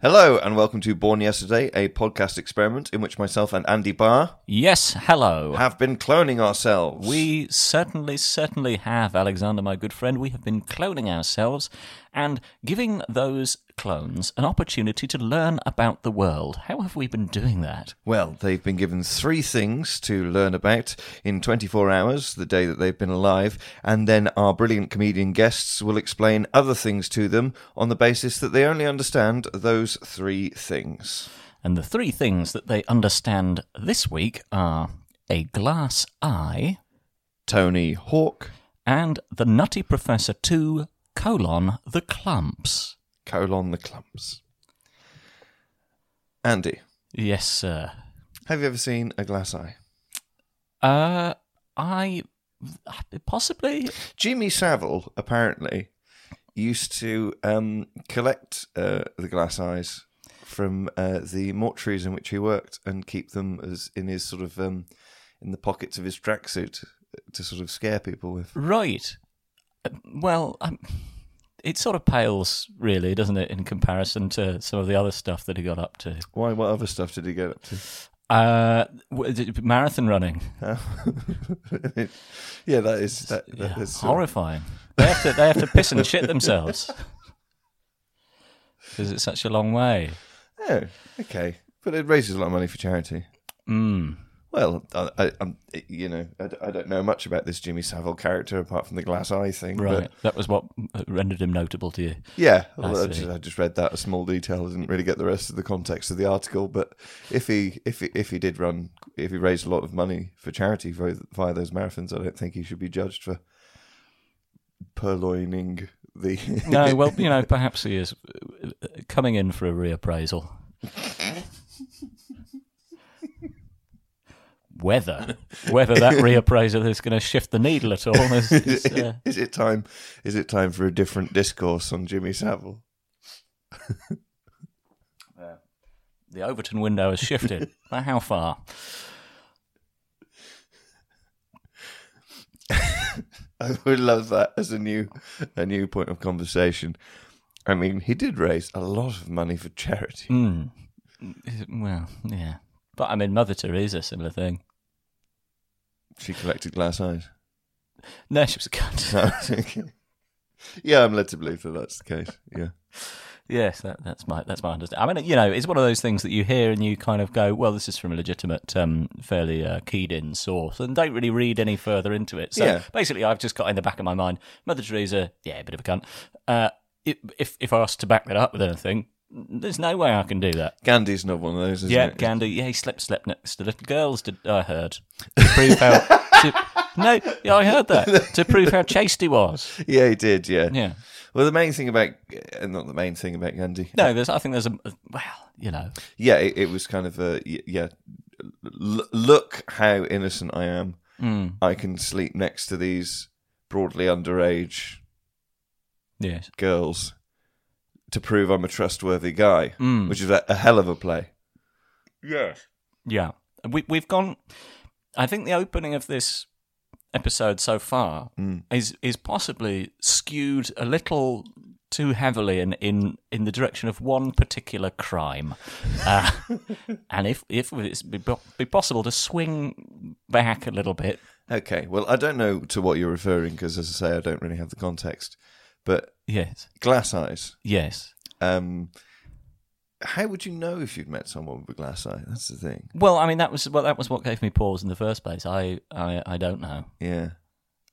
Hello and welcome to Born Yesterday, a podcast experiment in which myself and Andy Barr Yes, hello. have been cloning ourselves. we certainly, certainly have, Alexander, my good friend. We have been cloning ourselves and giving those clones an opportunity to learn about the world. How have we been doing that? Well, they've been given three things to learn about in 24 hours, the day that they've been alive, and then our brilliant comedian guests will explain other things to them on the basis that they only understand those three things. And the three things that they understand this week are a glass eye Tony Hawk, and the Nutty Professor 2 colon the clumps. colon the clumps. Andy, Yes, sir. have you ever seen a glass eye? Uh, I. Possibly. Jimmy Savile apparently used to um, collect uh, the glass eyes from uh, the mortuaries in which he worked and keep them as in his sort of um, in the pockets of his tracksuit uh, to sort of scare people with. Right. Uh, Well, um, it sort of pales, really, doesn't it, in comparison to some of the other stuff that he got up to. Why? What other stuff did he get up to? Uh, w- d- marathon running. Huh? yeah, that is that, that Yeah, is, uh, horrifying. They have, to, they have to piss and shit themselves because it's such a long way. Oh, okay, but it raises a lot of money for charity. Mm. Well, I, I, I'm, you know, I, d- I don't know much about this Jimmy Savile character apart from the glass eye thing. but- Right. that was what uh, rendered him notable to you. Yeah, I well, I, see. just, I just read that a small detail. I didn't really get the rest of the context of the article, but if he if he, if he did run, if he raised a lot of money for charity via, via those marathons, I don't think he should be judged for purloining the. No, well, you know, perhaps he is uh, uh, coming in for a reappraisal. Whether whether that reappraisal is going to shift the needle at all is, is uh, is it time? Is it time for a different discourse on Jimmy Savile? the Overton window has shifted. But how far? I would love that as a new a new point of conversation. I mean, he did raise a lot of money for charity. Mm. Well, yeah, but I mean, Mother Teresa, similar thing. She collected glass eyes. No, she was a cunt. No, okay. yeah, I'm led to believe that that's the case. Yeah. Yes, that, that's my that's my understanding. I mean, you know, it's one of those things that you hear and you kind of go, "Well, this is from a legitimate, um, fairly uh, keyed-in source," and don't really read any further into it. So Yeah. basically, I've just got in the back of my mind, Mother Teresa, yeah, a bit of a cunt. Uh, i- if if I asked to back that up with anything, there's no way I can do that. Gandhi's not one of those, is yeah, it? Gandhi, yeah, he slept slept next to little girls. Did I heard to prove how to, No, yeah, I heard that to prove how chaste he was. Yeah, he did. Yeah. Yeah. Well, the main thing about, uh, not the main thing about Gandhi. No, there's. I think there's a. Well, you know. Yeah, it, it was kind of a y- yeah. L- look how innocent I am. Mm. I can sleep next to these broadly underage Yes. girls to prove I'm a trustworthy guy, Mm. which is a, a hell of a play. Yeah. We we've gone. I think the opening of this episode so far is is possibly skewed a little too heavily in in, in the direction of one particular crime, uh, and if if it's be, be possible to swing back a little bit, Okay, well, I don't know to what you're referring because, as I say, I don't really have the context. But yes, glass eyes. yes. Um, how would you know if you'd met someone with a glass eye? That's the thing. Well, I mean that was well that was what gave me pause in the first place. I I, I don't know. Yeah.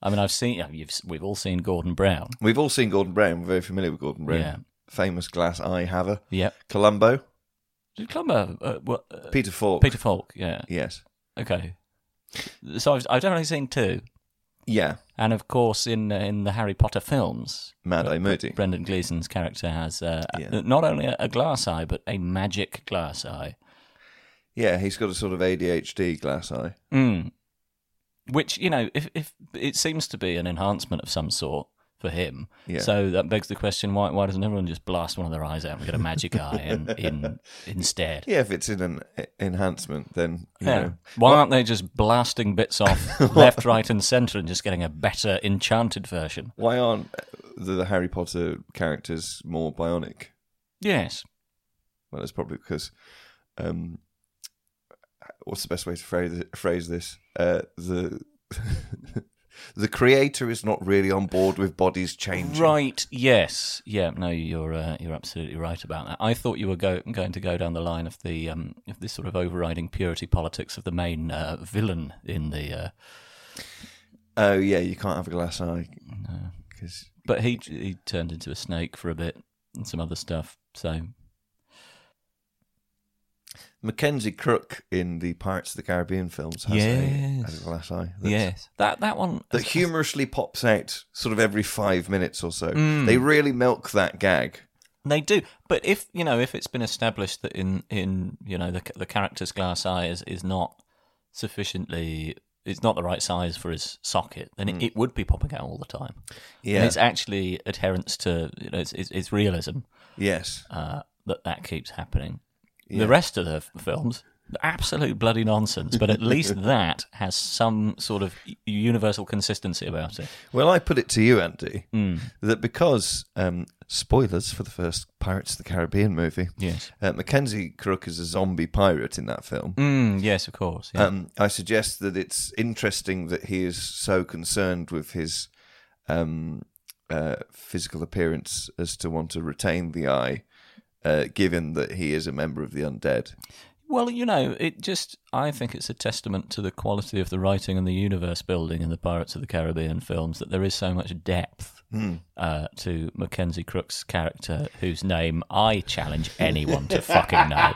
I mean I've seen you've, we've all seen Gordon Brown. We've all seen Gordon Brown. We're very familiar with Gordon Brown. Yeah. Famous glass eye haver. Yep. Columbo. Did Clumber? Uh, what, uh, Peter Falk. Peter Falk. Yeah. Yes. Okay. So I've, I've definitely seen two, Yeah. and of course in uh, in the Harry Potter films, Mad Eye Moody. Brendan Gleeson's character has uh, a- Yeah. not only a, a glass eye but a magic glass eye, Yeah, he's got a sort of ADHD glass eye. mm. which you know if if it seems to be an enhancement of some sort for him. Yeah. So that begs the question: Why why doesn't everyone just blast one of their eyes out and get a magic eye in, in instead? Yeah, if it's in an e- enhancement, then you Yeah. know. Why aren't they just blasting bits off left, right, and centre and just getting a better enchanted version? Why aren't uh, the, the Harry Potter characters more bionic? Yes. Well, it's probably because, um, what's the best way to phrase phrase this? Uh, the the creator is not really on board with bodies changing. Right. Yes. Yeah. No, you're uh, you're absolutely right about that. I thought you were go- going to go down the line of the um, of this sort of overriding purity politics of the main uh, villain in the. Uh, Oh yeah, you can't have a glass eye because but he he turned into a snake for a bit and some other stuff. So Mackenzie Crook in the Pirates of the Caribbean films has, a, Yes. has a glass eye. that's- yes, that that one That humorously pops out sort of every five minutes or so. Mm. They really milk that gag. They do, but if you know, if it's been established that in in you know the the character's glass eye is, is not sufficiently, it's not the right size for his socket, then it, it would be popping out all the time. Yeah. and it's actually adherence to you know it's it's, it's realism Yes. uh, that that keeps happening. Yeah. The rest of the f- films, absolute bloody nonsense, but at least that has some sort of u- universal consistency about it. Well, I put it to you, Andy, that because um, spoilers for the first Pirates of the Caribbean movie, Yes. uh, Mackenzie Crook is a zombie pirate in that film. Mm, yes, of course. Yeah. Um, I suggest that it's interesting that he is so concerned with his um, uh, physical appearance as to want to retain the eye, uh, given that he is a member of the undead. Well, you know, it just, I think it's a testament to the quality of the writing and the universe building in the Pirates of the Caribbean films that there is so much depth uh, to Mackenzie Crook's character, whose name I challenge anyone to fucking know.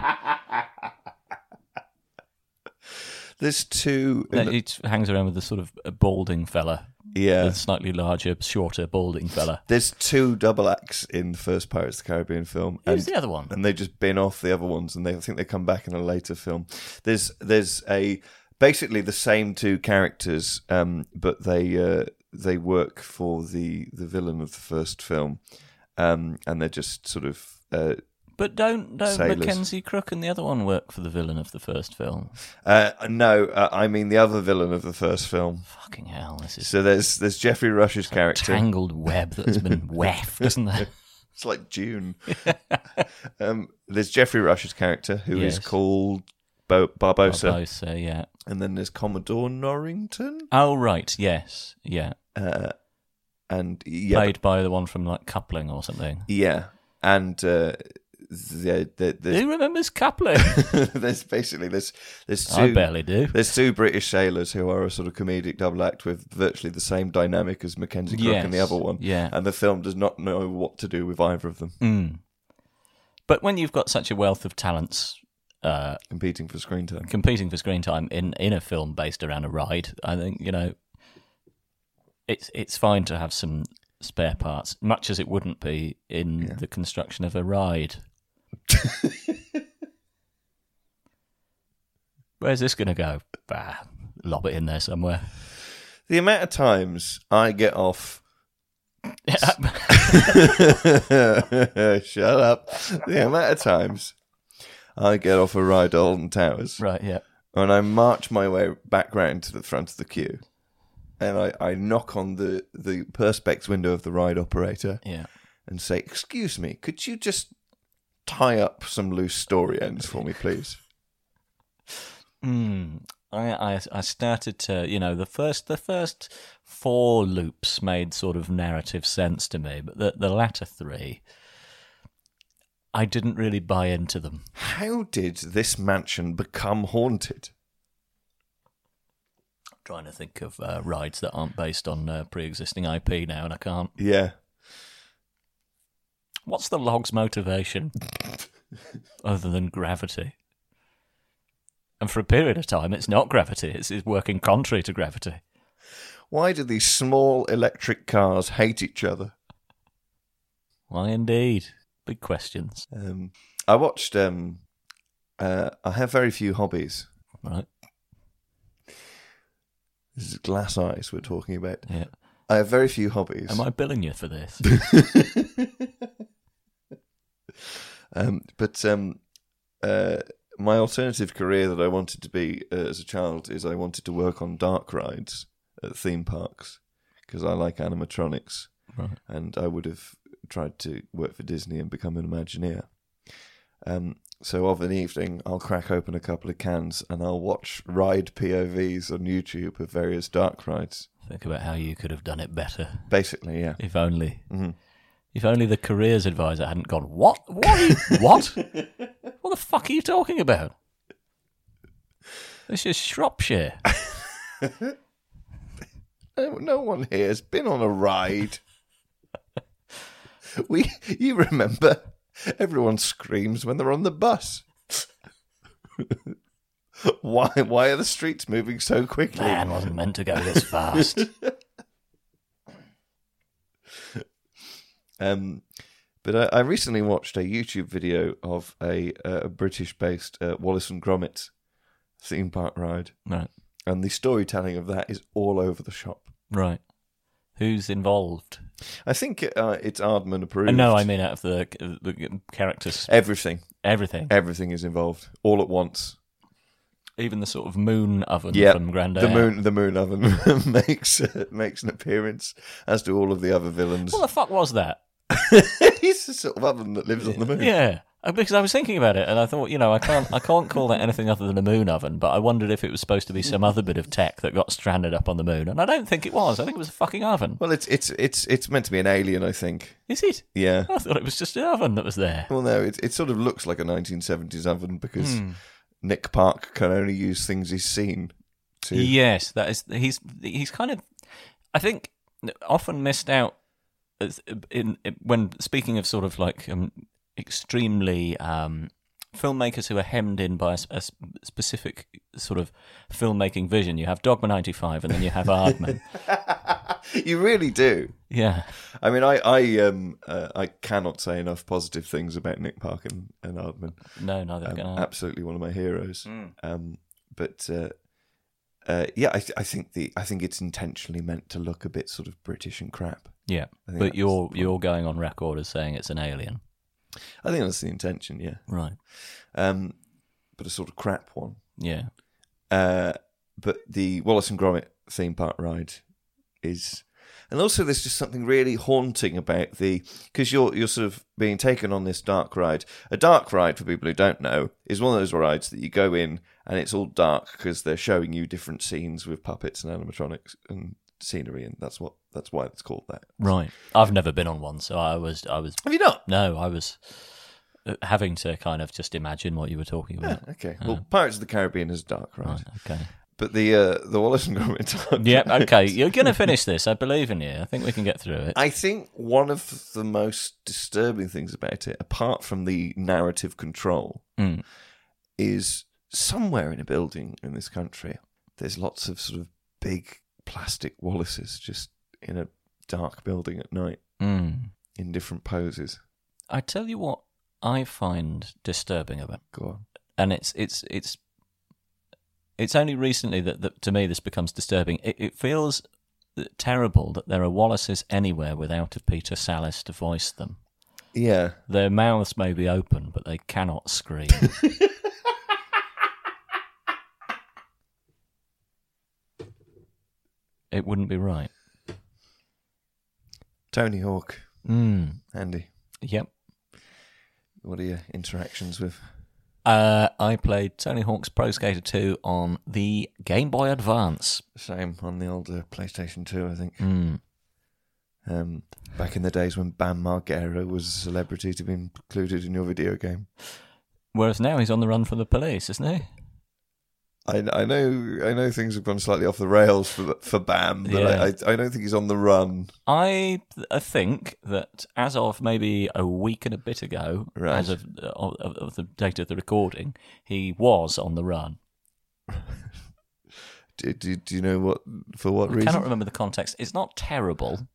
There's two. in It it hangs around with the sort of a balding fella, the- yeah. a slightly larger, shorter, balding fella. There's two double acts in the first Pirates of the Caribbean film. Who's the other one? and they just bin off the other ones, and they I think they come back in a later film. There's there's a basically the same two characters, um, but they uh, they work for the the villain of the first film, um, and they're just sort of. Uh, But don't, don't Sailors. Mackenzie Crook and the other one work for the villain of the first film? uh, no, uh, I mean the other villain of the first film. Fucking hell, this is So there's there's Jeffrey Rush's a character. tangled web that's been weft, isn't there? It's like June. um, there's Jeffrey Rush's character who is Yes. called Bo- Barbosa, Barbosa, yeah. and then there's Commodore Norrington. Oh right, yes, yeah. uh, and yeah, Played by the one from like Coupling or something. but- yeah, and uh, the, the, Who remembers Coupling? there's, there's basically there's there's two I barely do. there's two British sailors who are a sort of comedic double act with virtually the same dynamic as Mackenzie Crook and the Yes, other one, yeah. and the film does not know what to do with either of them Mm. But when you've got such a wealth of talents uh, competing for screen time. competing for screen time in in a film based around a ride, I think you know it's it's fine to have some spare parts, much as it wouldn't be in Yeah. the construction of a ride. Where's this going to go? Bah, lob it in there somewhere. The amount of times I get off. Yeah. Shut up. The amount of times I get off a ride at Alton Towers right, yeah. and I march my way back round to the front of the queue and I, I knock on the, the perspex window of the ride operator Yeah. and say, Excuse me, could you just tie up some loose story ends for me, please? Mm. I, I I started to you know the first the first four loops made sort of narrative sense to me, but the the latter three, I didn't really buy into them. How did this mansion become haunted? I'm trying to think of uh, rides that aren't based on uh, pre-existing IP now, and I can't. Yeah. What's the log's motivation other than gravity? And for a period of time, it's not gravity; it's, it's working contrary to gravity. Why do these small electric cars hate each other? Why, indeed? Big questions, Um, I watched. Um, uh, I have very few hobbies. right? This is glass eyes we're talking about. Yeah. I have very few hobbies. Am I billing you for this? Um, but um, uh, my alternative career that I wanted to be uh, as a child is I wanted to work on dark rides at theme parks because I like animatronics, Right. and I would have tried to work for Disney and become an Imagineer. Um, so of an evening, I'll crack open a couple of cans and I'll watch ride POVs on YouTube of various dark rides. Think about how you could have done it better. Basically, yeah. If only. Mm-hmm. If only the careers advisor hadn't gone, What? What? Are you, what? What the fuck are you talking about? This is Shropshire. No, no one here has been on a ride. we, you remember, everyone screams when they're on the bus. why? Why are the streets moving so quickly? Man wasn't meant to go this fast. Um, but I, I recently watched a YouTube video of a, uh, a British-based uh, Wallace and Gromit theme park ride, right. and the storytelling of that is all over the shop. Right. Who's involved? I think uh, it's Aardman Uh, approved. no, I mean out of the, uh, the characters, everything. everything, Everything is involved all at once. even the sort of moon oven Yeah, from Grand the Air. moon the moon oven makes uh, makes an appearance as do all of the other villains What the fuck was that? he's the sort of oven that lives on the moon Yeah, Uh, because I was thinking about it, and I thought, you know, I can't, I can't call that anything other than a moon oven. But I wondered if it was supposed to be some other bit of tech that got stranded up on the moon, and I don't think it was. I think it was a fucking oven. well it's it's it's it's meant to be an alien i think Is it? yeah I thought it was just an oven that was there. well no it, it sort of looks like a 1970s oven because Hmm. nick park can only use things he's seen to Yes, that is. He's he's kind of, I think, often missed out as- in, in when speaking of sort of like um, extremely um, filmmakers who are hemmed in by a, s- a s- specific sort of filmmaking vision. You have Dogma ninety five, and then you have Aardman. you really do yeah. i mean i i um uh, i cannot say enough positive things about nick park and, and Aardman. No, neither um, can I. absolutely one of my heroes. Um, but uh, uh, yeah, I, th- I think the I think it's intentionally meant to look a bit sort of British and crap. yeah, think but that's you're you're going on record as saying it's an alien, I think that's the intention, yeah. right? Um, but a sort of crap one. Yeah, Uh, but the Wallace and Gromit theme park ride is, and also there's just something really haunting about the because you're you're sort of being taken on this dark ride. A dark ride, for people who don't know, is one of those rides that you go in and it's all dark because they're showing you different scenes with puppets and animatronics and scenery, and that's what that's why it's called that. right. I've never been on one, so I was I was Have you not? no, I was uh, having to kind of just imagine what you were talking about. Okay. Well, Pirates of the Caribbean is a dark ride, Right. Okay. but the uh, the Wallace and Gromit. dark Yep. ride- Okay. You're going to finish this. I believe in you. I think we can get through it. I think one of the most disturbing things about it, apart from the narrative control, Mm. is somewhere in a building in this country, there's lots of sort of big plastic Wallaces just in a dark building at night Mm. in different poses. I tell you what I find disturbing about, Go on. and it's it's it's it's only recently that, that to me this becomes disturbing. It, it feels terrible that there are Wallaces anywhere without a Peter Salis to voice them. Yeah. Their mouths may be open, but they cannot scream. it wouldn't be right. Tony Hawk, Mm. Andy, Yep. what are your interactions with? Uh, I played Tony Hawk's Pro Skater 2 on the Game Boy Advance. Same on the old uh, PlayStation 2, I think. Mm. Um, back in the days when Bam Margera was a celebrity to be included in your video game. Whereas now he's on the run from the police, isn't he? I, I know I know things have gone slightly off the rails for for Bam, but I, I, I don't think he's on the run. I I think that as of maybe a week and a bit ago, Right. as of, of, of the date of the recording, he was on the run. Do, do, do you know what for what I reason? cannot remember the context. It's not terrible.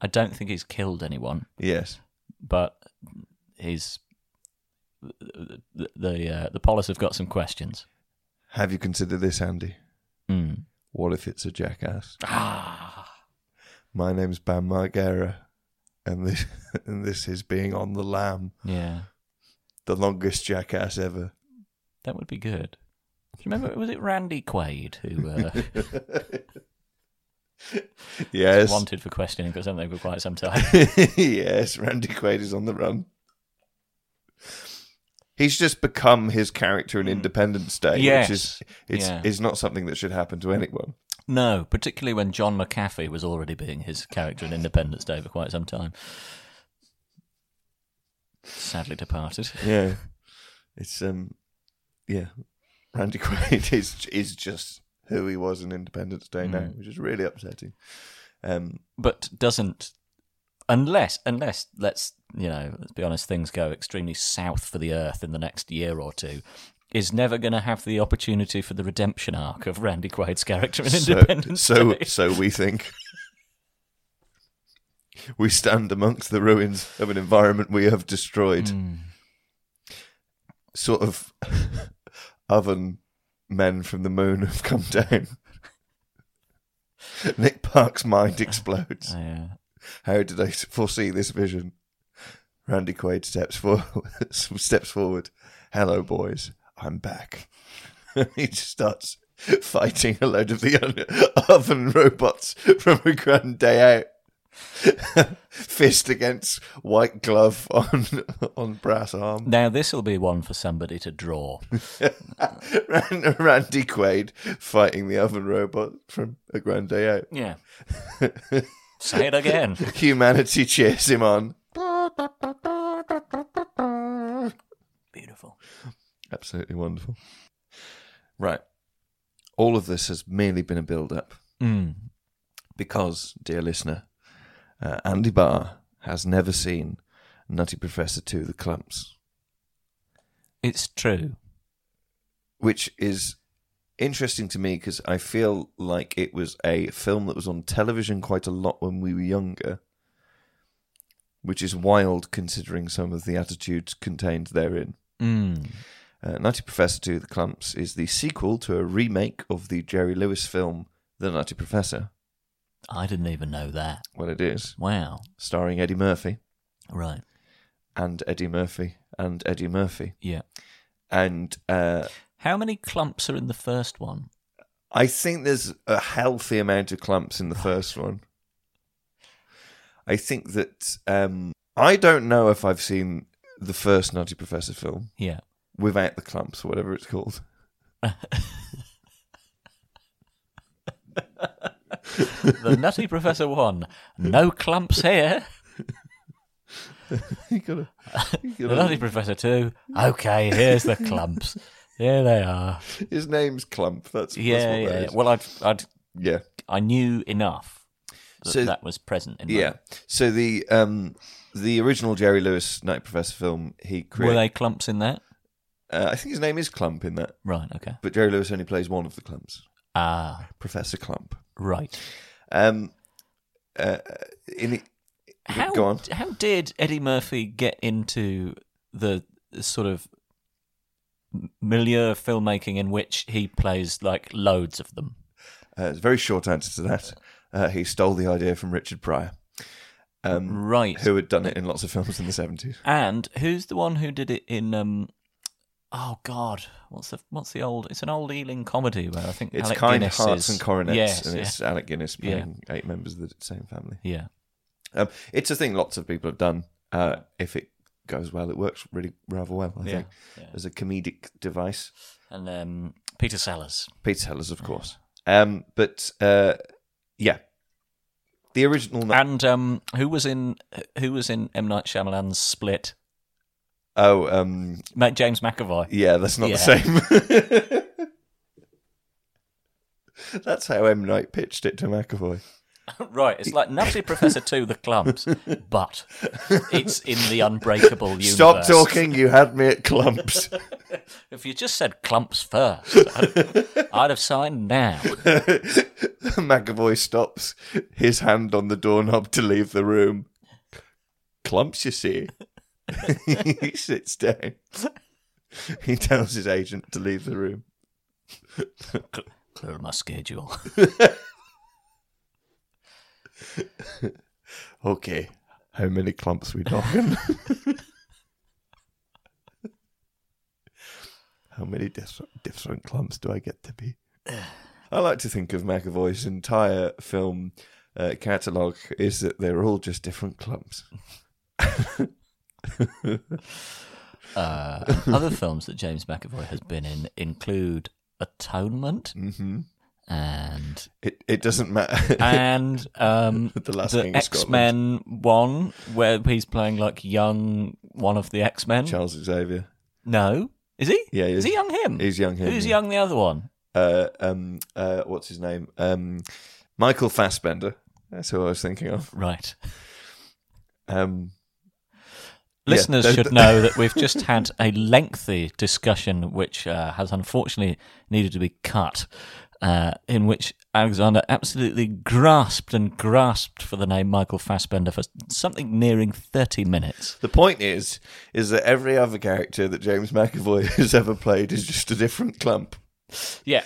I don't think he's killed anyone, Yes. but he's the the, the, uh, the police have got some questions. Have you considered this, Andy? Mm. What if it's a jackass? Ah. My name's Bam Margera, and this and this is being on the lamb, Yeah, the longest jackass ever. that would be good. Do you remember? Was it Randy Quaid who uh, Yes. wanted for questioning for something for quite some time? yes, Randy Quaid is on the run. He's just become his character in Independence Day, Hmm. Yes. which is it's Yeah. is not something that should happen to anyone. No, particularly when John McAfee was already being his character in Independence Day for quite some time. Sadly departed. Yeah, it's um, yeah, Randy Quaid is is just who he was in Independence Hmm. Day now, which is really upsetting. Um, but doesn't unless unless let's you know let's be honest things go extremely south for the earth in the next year or two is never going to have the opportunity for the redemption arc of Randy Quaid's character in so Independence so, Day. so we think. We stand amongst the ruins of an environment we have destroyed. Mm. sort of oven men from the moon have come down. Nick Park's mind explodes. Yeah. How did I foresee this vision? Randy Quaid steps forward. steps forward. Hello, boys. I'm back. he just starts fighting a load of the un- oven robots from a grand day out. Fist against white glove on on brass arm. Now this will be one for somebody to draw. Ran- Randy Quaid fighting the oven robot from A Grand Day Out. Yeah. Say it again. Humanity cheers him on. Beautiful. Absolutely wonderful. Right. All of this has merely been a build up Mm. because, dear listener, uh, Andy Barr has never seen Nutty Professor 2 The Clumps, It's true. which is interesting to me because I feel like it was a film that was on television quite a lot when we were younger. Which is wild considering some of the attitudes contained therein. Mm. Uh, Nutty Professor 2 The Clumps is the sequel to a remake of the Jerry Lewis film The Nutty Professor. I didn't even know that. Well, it is. Wow. Starring Eddie Murphy Right. and Eddie Murphy and Eddie Murphy. Yeah. And uh, How many clumps are in the first one? I think there's a healthy amount of clumps in the first one. I think that um, I don't know if I've seen the first Nutty Professor film Yeah. without the clumps or whatever it's called. The Nutty Professor One. No clumps here. you gotta, you The gotta- Nutty Professor Two. Okay, here's the clumps. Here they are. his name's Clump. That's Yeah, that's what yeah. that is. Well, I'd, I'd, yeah. I knew enough that So- that was present. In my- Yeah. So the um the original Jerry Lewis Night Professor film he Were created. they clumps in that? Uh, I think his name is Clump in that, Right. Okay. but Jerry Lewis only plays one of the Clumps, Ah. Professor Clump. Right. Um, uh, in it. How Go on. how did Eddie Murphy get into the sort of milieu of filmmaking in which he plays like loads of them? Uh, it's a very short answer to that. Uh, he stole the idea from Richard Pryor, um, Right. who had done it in lots of films in the seventies. And who's the one who did it in? Um, oh God, what's the what's the old? It's an old Ealing comedy where I think It's Alec kind Guinness hearts is- and coronets, Yes, and yeah, it's Alec Guinness playing eight members of the same family. yeah. Um, it's a thing lots of people have done. Uh, if it goes well, it works really rather well. I think as a comedic device. and um, Peter Sellers. Peter Sellers, of course. Um, but uh, yeah, the original. And um, who was in who was in M Night Shyamalan's Split? oh, um, Ma- James McAvoy. yeah, that's not Yeah. the same. that's how M Night pitched it to McAvoy. right, it's like Nutty Professor Two, the clumps, but it's in the Unbreakable universe. Stop talking! You had me at clumps. If you just said clumps first, I'd, I'd have signed now. McAvoy stops his hand on the doorknob to leave the room. Clumps, you see. he sits down. He tells his agent to leave the room. Clear my schedule. Okay, how many clumps we talking? how many different, different clumps do I get to be? I like to think of McAvoy's entire film uh, catalogue is that they're all just different clumps. Uh, other films that James McAvoy has been in include Atonement Mm-hmm. and It it doesn't matter. and um, The Last King of X Men one where he's playing like young one of the X Men. Charles Xavier. No, is he? Yeah, he is is. he young him? He's young him, Who's yeah. young the other one? Uh, um, uh, what's his name? Um, Michael Fassbender. That's who I was thinking of. Right. Um, Listeners those- should know that we've just had a lengthy discussion, which uh, has unfortunately needed to be cut, uh, in which Alexander absolutely grasped and grasped for the name Michael Fassbender for something nearing 30 minutes. the point is, is that every other character that James McAvoy has ever played is just a different clump. Yeah.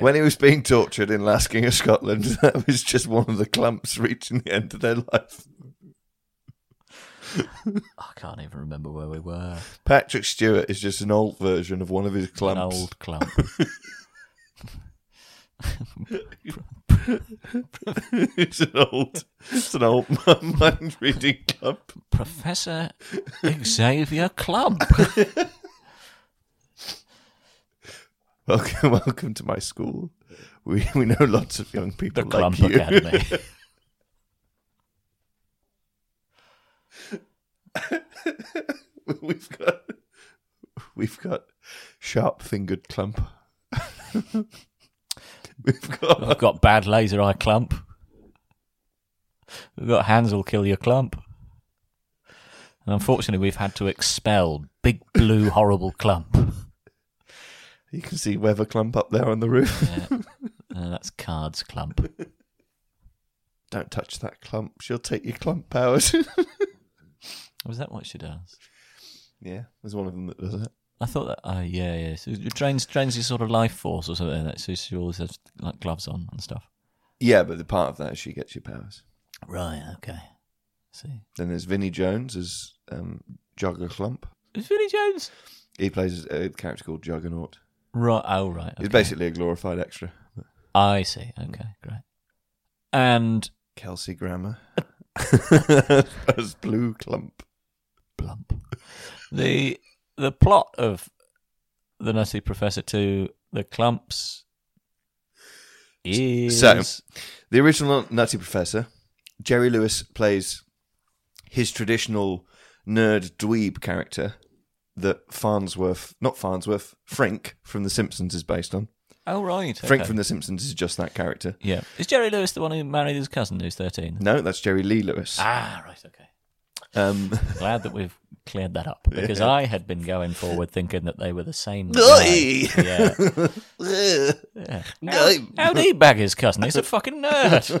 When he was being tortured in Last King of Scotland, that was just one of the clumps reaching the end of their life. I can't even remember where we were. Patrick Stewart is just an old version of one of his An clumps. old clump. it's an old, it's an old mind reading clump. Professor Xavier Clump. Welcome, welcome to my school. We we know lots of young people The like Clump you. Academy. We've got we've got sharp fingered clump. we've got We've got bad laser eye clump. We've got hands will kill your clump. And unfortunately, we've had to expel big blue horrible clump. Uh, you can see weather clump up there on the roof. Uh, that's cards clump. Don't touch that clump. She'll take your clump powers. Was that what she does? yeah, there's one of them that does it. I thought that. Oh yeah, yeah. So it drains drains your sort of life force or something. Like that. So she always has like gloves on and stuff. Yeah, but the part of that is she gets your powers. Right. Okay. See, Then there's Vinnie Jones as um, Jugger Clump. is Vinnie Jones? He plays a character called Juggernaut. Right. Oh right. He's okay. basically a glorified extra. I see. Okay. Great. And Kelsey Grammer as Blue Clump. Blump. The the plot of the Nutty Professor to the Clumps is So- The original Nutty Professor, Jerry Lewis plays his traditional nerd dweeb character that Farnsworth, not Farnsworth, Frink from The Simpsons is based on. oh right, okay. Frank from The Simpsons is just that character. yeah. Is Jerry Lewis the one who married his cousin who's thirteen? No, that's Jerry Lee Lewis. Ah, right, okay. Um, Glad that we've cleared that up because I had been going forward thinking that they were the same. guy. Oi! Yeah. How, how'd he bag his cousin? He's a fucking nerd.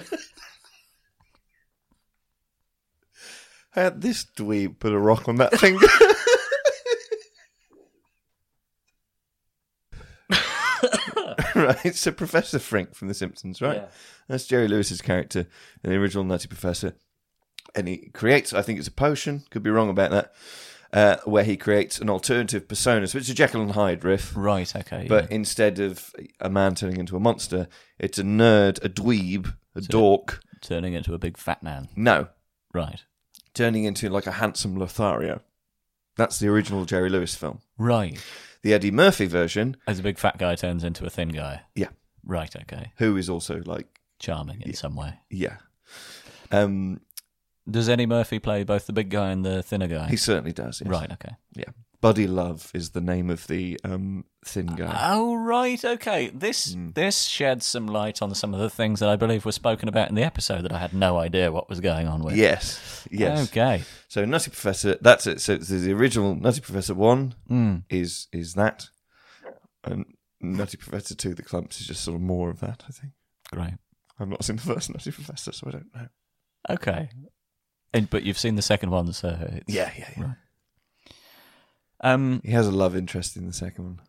How had this dweeb put a rock on that thing? right, so Professor Frink from The Simpsons, right? Yeah. That's Jerry Lewis's character in the original Nutty Professor. And he creates, I think it's a potion, could be wrong about that, uh, where he creates an alternative persona. So it's a Jekyll and Hyde riff. Right, okay. But instead of a man turning into a monster, it's a nerd, a dweeb, a dork. turning into a big fat man. No, Right. turning into like a handsome Lothario. That's the original Jerry Lewis film. Right. The Eddie Murphy version, As a big fat guy turns into a thin guy. yeah, Right, okay. who is also like, Charming in some way. yeah. Um, Does Eddie Murphy play both the big guy and the thinner guy? he certainly does. Yes. Right, okay. Yeah. Buddy Love is the name of the um, thin guy. Oh right, okay. This Hmm. this sheds some light on some of the things that I believe were spoken about in the episode that I had no idea what was going on with. yes. Yes. Okay. So Nutty Professor, that's it. So the the original Nutty Professor 1 is is that. And Nutty Professor 2, The Clumps, is just sort of more of that, I think. Great. I've not seen the first Nutty Professor, so I don't know. Okay. And but you've seen the second one, so it's, Yeah, yeah, yeah. Um, He has a love interest in the second one.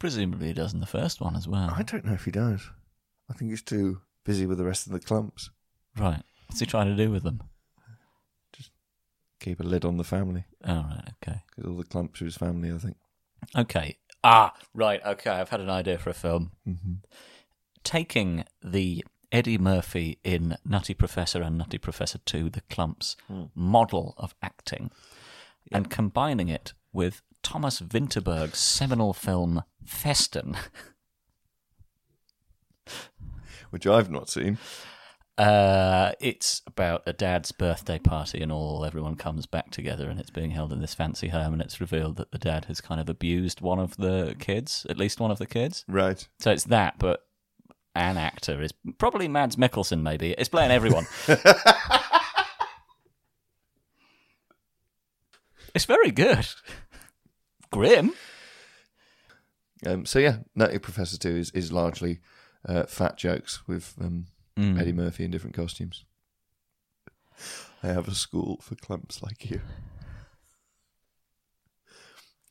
presumably he does in the first one as well. I don't know if he does. I think he's too busy with the rest of the clumps. Right. What's he trying to do with them? Keep a lid on the family All right. Okay. because all the clumps are his family. I think. Okay. Ah, right. Okay. I've had an idea for a film. Taking the Eddie Murphy in Nutty Professor and Nutty Professor 2, The Clumps model of acting and combining it with Thomas Vinterberg's seminal film Feston. Which I've not seen. Uh, it's about a dad's birthday party and all. Everyone comes back together and it's being held in this fancy home and it's revealed that the dad has kind of abused one of the kids, at least one of the kids. Right. So it's that, but an actor is probably Mads Mikkelsen, maybe. It's playing everyone. it's very good. Grim. Um, so yeah, Nutty Professor Two is is largely uh, fat jokes with um, Eddie Murphy in different costumes. I have a school for clumps like you.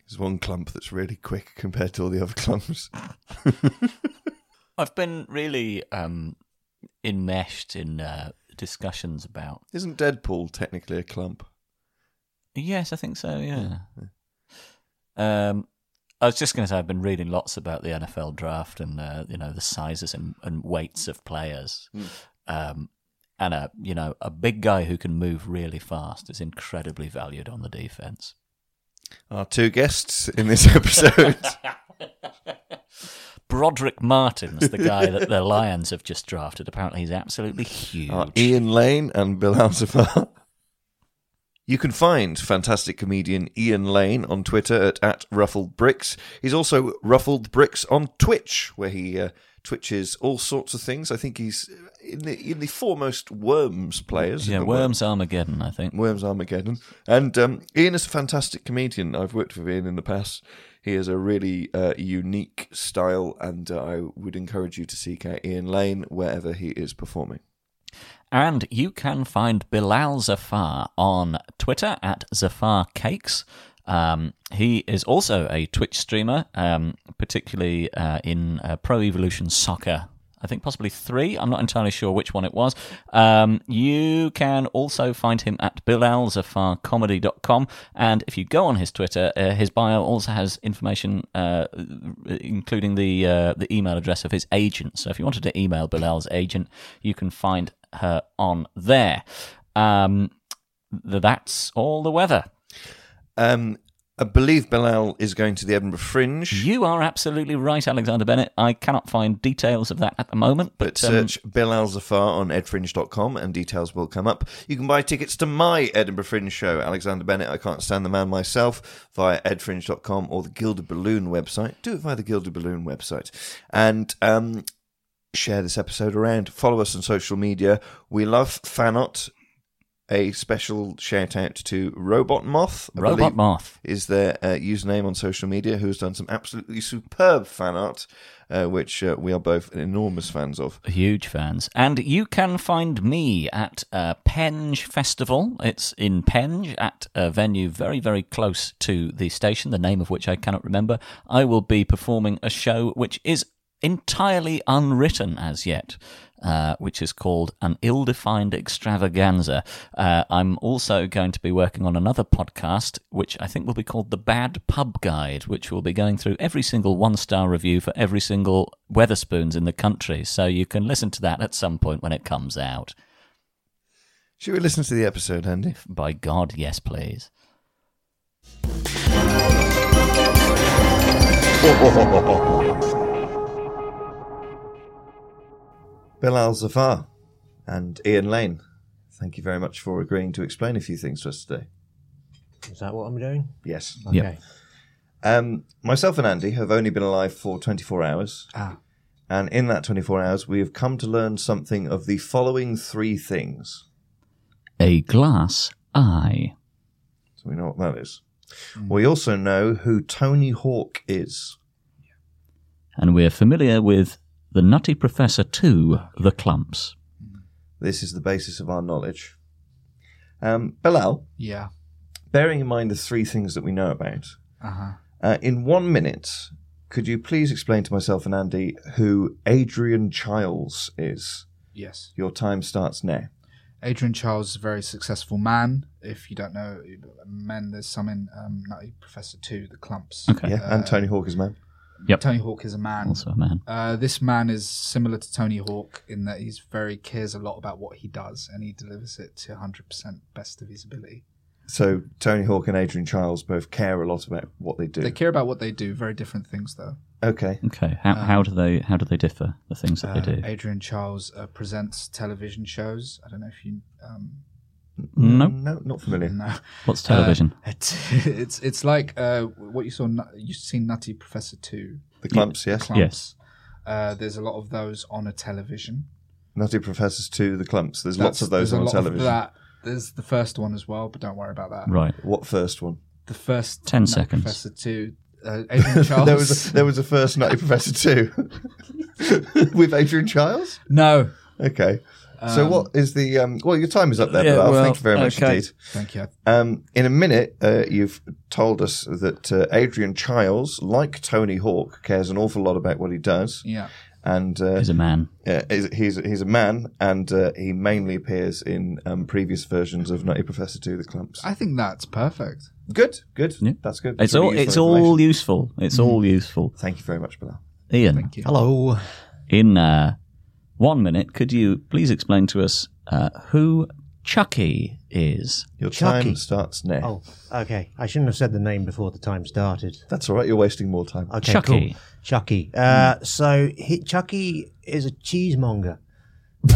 There's one clump that's really quick compared to all the other clumps. I've been really um, enmeshed in uh, discussions about. Isn't Deadpool technically a clump? Yes, I think so, yeah. Um, I was just going to say I've been reading lots about the NFL draft and uh, you know the sizes and, and weights of players, um, and a you know a big guy who can move really fast is incredibly valued on the defense. Our two guests in this episode. Broderick Martin's the guy that the Lions have just drafted. Apparently, he's absolutely huge. are Uh, Ian Lane and Bill Alzafar. You can find fantastic comedian Ian Lane on Twitter at, at ruffledbricks. He's also Ruffled Bricks on Twitch, where he uh, twitches all sorts of things. I think he's in the in the foremost Worms players. isn't yeah, it? Worms Armageddon, I think. Worms Armageddon. And um, Ian is a fantastic comedian. I've worked with Ian in the past. He has a really uh, unique style, and uh, I would encourage you to seek out Ian Lane wherever he is performing. And you can find Bilal Zafar on Twitter at Zafar Cakes. Um, he is also a Twitch streamer, um, particularly uh, in uh, Pro Evolution Soccer. I think possibly three. I'm not entirely sure which one it was. Um, you can also find him at bilalzafarcomedy.com. And if you go on his Twitter, uh, his bio also has information, uh, including the uh, the email address of his agent. So if you wanted to email Bilal's agent, you can find her on there. Um, th- that's all the weather. Um, I believe Bilal is going to the Edinburgh Fringe. You are absolutely right, Alexander Bennett. I cannot find details of that at the moment, But but um, search Bilal Zafar on edfringe.com and details will come up. You can buy tickets to my Edinburgh Fringe show, Alexander Bennett, I Can't Stand the Man Myself, via edfringe.com or the Gilded Balloon website. Do it via the Gilded Balloon website. And um, share this episode around. Follow us on social media. We love Fanot a special shout out to Robot Moth. I Robot believe Moth. is their uh, username on social media, who has done some absolutely superb fan art, uh, which uh, we are both enormous fans of. Huge fans. And you can find me at uh, Penge Festival. It's in Penge at a venue very, very close to the station, the name of which I cannot remember. I will be performing a show which is entirely unwritten as yet. Uh, which is called an ill-defined extravaganza. Uh, I'm also going to be working on another podcast, which I think will be called the Bad Pub Guide, which will be going through every single one-star review for every single Weatherspoons in the country. So you can listen to that at some point when it comes out. Should we listen to the episode, Andy? By God, yes, please. Bilal Zafar and Ian Lane, thank you very much for agreeing to explain a few things to us today. Is that what I'm doing? Yes. Okay. Um, myself and Andy have only been alive for 24 hours. Ah. And in that 24 hours, we have come to learn something of the following three things. A glass eye. So we know what that is. We also know who Tony Hawk is. And we're familiar with The Nutty Professor 2, The Clumps. This is the basis of our knowledge. Um, Bilal, Yeah. bearing in mind the three things that we know about, Uh huh. uh, in one minute, could you please explain to myself and Andy who Adrian Childs is? Yes. Your time starts now. Adrian Charles is a very successful man. If you don't know men, there's some in um, Nutty Professor 2, The Clumps. Uh, Okay. Yeah, and Tony Hawk is man. Yep. Tony Hawk is a man. Also a man. Uh, this man is similar to Tony Hawk in that he's very cares a lot about what he does and he delivers it to 100% best of his ability. So Tony Hawk and Adrian Childs both care a lot about what they do. They care about what they do, very different things though. okay. Okay. How, how do they how do they differ? The things that they Uh, do. Adrian Charles uh, presents television shows. I don't know if you um, No. No, not familiar. know. What's television? Uh, it's, it's it's like uh, what you saw. Nu- You've seen Nutty Professor Two. The Clumps, yes. Clumps. Yes. Uh, there's a lot of those on a television. Nutty Professors to The Clumps. There's lots That's- of those there's a on lot of television. that. There's the first one as well, but don't worry about that. right. What first one? The first 10 Nutty seconds. Professor Two. Uh, Adrian Charles. There was a, there was a first Nutty Professor too, with Adrian Childs. no. Okay. so what is the um, well? Your time is up there, but Bilal. Thank you very much indeed. Thank you. Um, in a minute, uh, you've told us that uh, Adrian Childs, like Tony Hawk, cares an awful lot about what he does, Yeah. and uh, Is a man. uh, is, he's he's a man, and uh, he mainly appears in um, previous versions of Nutty Professor Two: The Clumps. I think that's perfect. Good, good. Yeah. That's good. That's It's all really it's useful all information. useful. It's all useful. Thank you very much, Bilal. Ian, Thank you. Hello. in uh, one minute, could you please explain to us uh, who Chucky is? Your Chucky. time starts now. Oh, okay. I shouldn't have said the name before the time started. That's all right. You're wasting more time. Okay, Chucky. Mm. cool. Chucky. Uh, So he, Chucky is a cheesemonger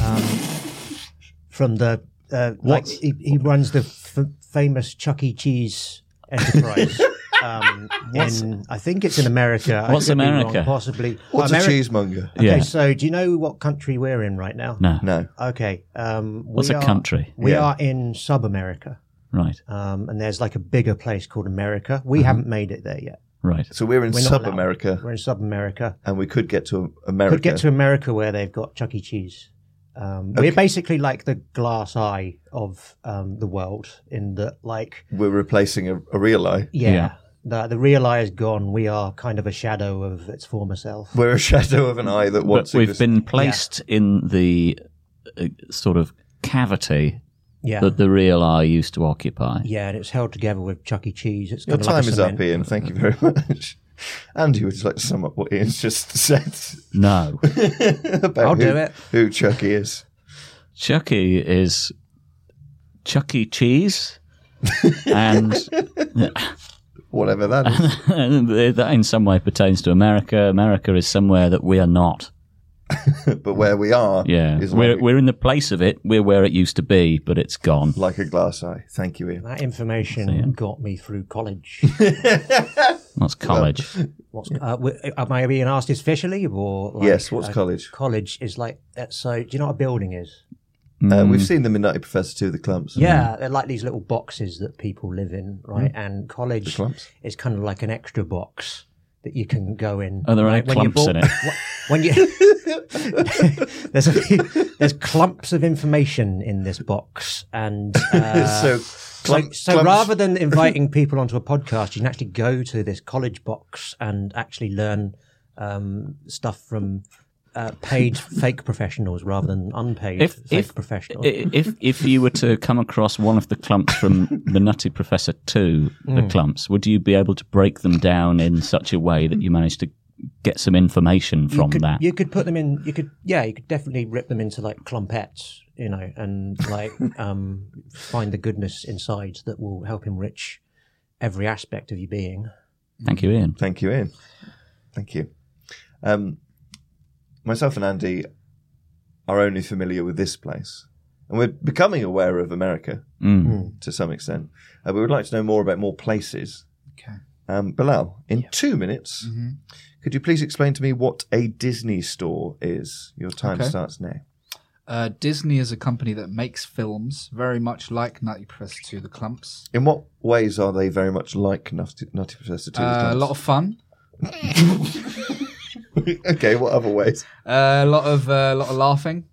um, from the. Uh, like What? he, he runs the f- famous Chuck E. Cheese enterprise. um, in, I think it's in America. I What's could be wrong, America? possibly. What's Ameri- a cheesemonger? Okay, Yeah. so do you know what country we're in right now? No. No. Okay. Um, we What's a are- country? We Yeah. are in sub America. Right. Um, and there's like a bigger place called America. Mm-hmm. We haven't made it there yet. Right. So we're in We're not allowed. sub America, We're in sub America. and we could get to America. Could get to America where they've got Chuck E. Cheese. Um, We're basically like the glass eye of um, the world in that, like, We're replacing a, a real eye. yeah, Yeah. The, the real eye is gone. We are kind of a shadow of its former self. We're a shadow of an eye that But once we've existed. been placed in the uh, sort of cavity Yeah. that the real eye used to occupy. yeah, and it's held together with Chuck E. Cheese. It's Your kind of like time a is up, cement. Ian. Thank you very much. Andy, would you like to sum up what Ian's just said No. about I'll who, do it. who Chucky is? Chucky is Chucky Cheese, and Whatever that is. that in some way pertains to America. America is somewhere that we are not. but where we are Yeah, is we're like, we're in the place of it. We're where it used to be, but it's gone. like a glass eye. Thank you, Ian. That information got me through college. That's college. What's, uh, w- am I being asked this officially or? Like, yes, what's uh, college? College is like uh, so. Do you know what a building is? Uh, Mm. we've seen them in Nutty Professor 2, the clumps. Yeah, they're like these little boxes that people live in, Mm-hmm. right? And The college clumps. is kind of like an extra box that you can go in. Are there any Like, when you clumps in it? wh- When you there's a few, there's clumps of information in this box, and uh, so, clump- so, so clumps- rather than inviting people onto a podcast, you can actually go to this college box and actually learn um, stuff from uh, paid fake professionals rather than unpaid If- fake if- professionals. I- If if you were to come across one of the clumps from the Nutty Professor to Hmm. the clumps, would you be able to break them down in such a way that you managed to get some information from you could, that? You could put them in. You could, yeah, you could definitely rip them into like clumpets, you know, and like um, find the goodness inside that will help enrich every aspect of your being. Thank you, Ian. Thank you, Ian. Thank you. Um, myself and Andy are only familiar with this place, and we're becoming aware of America Mm. to some extent. Uh, we would like to know more about more places. Okay. Mm-hmm. Um, Bilal, in two minutes, could you please explain to me what a Disney store is? Your time Okay. starts now. Uh, Disney is a company that makes films very much like Nutty Professor 2 The Clumps. In what ways are they very much like Nutty, Nutty Professor Two? Uh, a lot of fun, okay, what other ways? uh, a lot of uh, lot of laughing,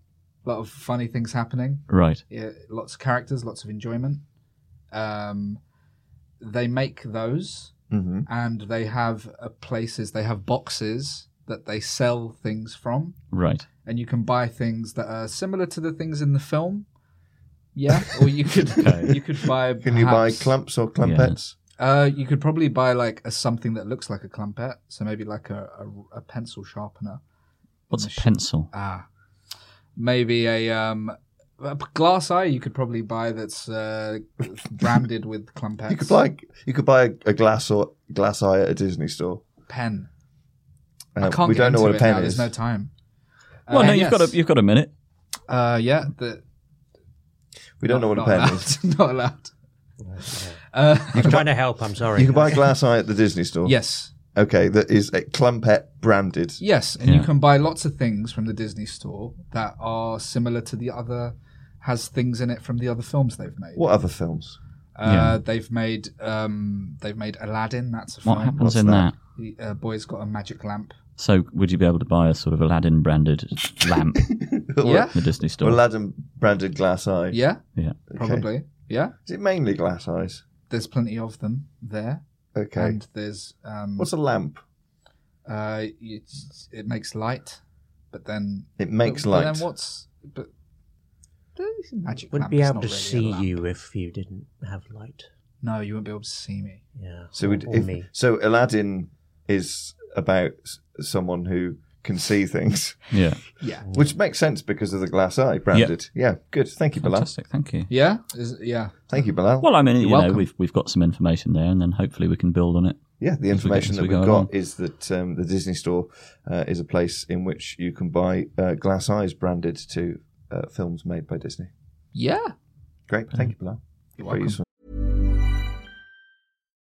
a lot of funny things happening. Right. Yeah, lots of characters, lots of enjoyment. Um, they make those, hmm and they have uh, places. They have boxes that they sell things from, Right. and you can buy things that are similar to the things in the film. Yeah, or you could you could buy. Can you buy perhaps- clumps or clumpets? Uh, you could probably buy like a something that looks like a clumpet, so maybe like a, a, a pencil sharpener. What's a pencil? Ah, maybe a um a p- glass eye. You could probably buy that's uh, branded with clumpets. You could buy you could buy a glass or glass eye at a Disney store. pen. Uh, I can't we get don't know what into a it pen now, is. There's no time. Well, Uh, no, you've yes. got a, you've got a minute. Uh, yeah, the, we don't know what a not pen allowed. is. not allowed. Uh, I'm trying to help. I'm sorry. You can buy a glass eye at the Disney store. yes, Okay, that is a Clumpet branded. yes, and you Yeah. can buy lots of things from the Disney store that are similar to the other. Has things in it from the other films they've made. What other films? Uh, Yeah. They've made um, they've made Aladdin. That's a What film. happens what's in that? that? The uh, boy's got a magic lamp. So, would you be able to buy a sort of Aladdin branded lamp in Yeah, the Disney store? Or Aladdin branded glass eye. yeah, yeah. Okay. probably. Yeah, Is it mainly glass eyes? there's plenty of them there, Okay. and there's um, What's a lamp? uh, it's, it makes light, but then It makes but, But light. then what's but there's a magic lamp Wouldn't be is able not to really a see lamp. you if you didn't have light. No, you won't be able to see me. Yeah. So, or, we'd, or if, me. so Aladdin is about s- someone who can see things, Yeah. Yeah, which makes sense because of the glass eye branded. Yeah, good. Thank you, Bilal. Fantastic. Thank you. yeah, is, yeah. Thank you, Bilal. Well, I mean, you know, welcome. we've we've got some information there, and then hopefully we can build on it. Yeah, the information as that we we've go got along. is that um, the Disney store uh, is a place in which you can buy uh, glass eyes branded to uh, films made by Disney. Yeah. Great, thank you, Bilal. You're Very welcome. useful.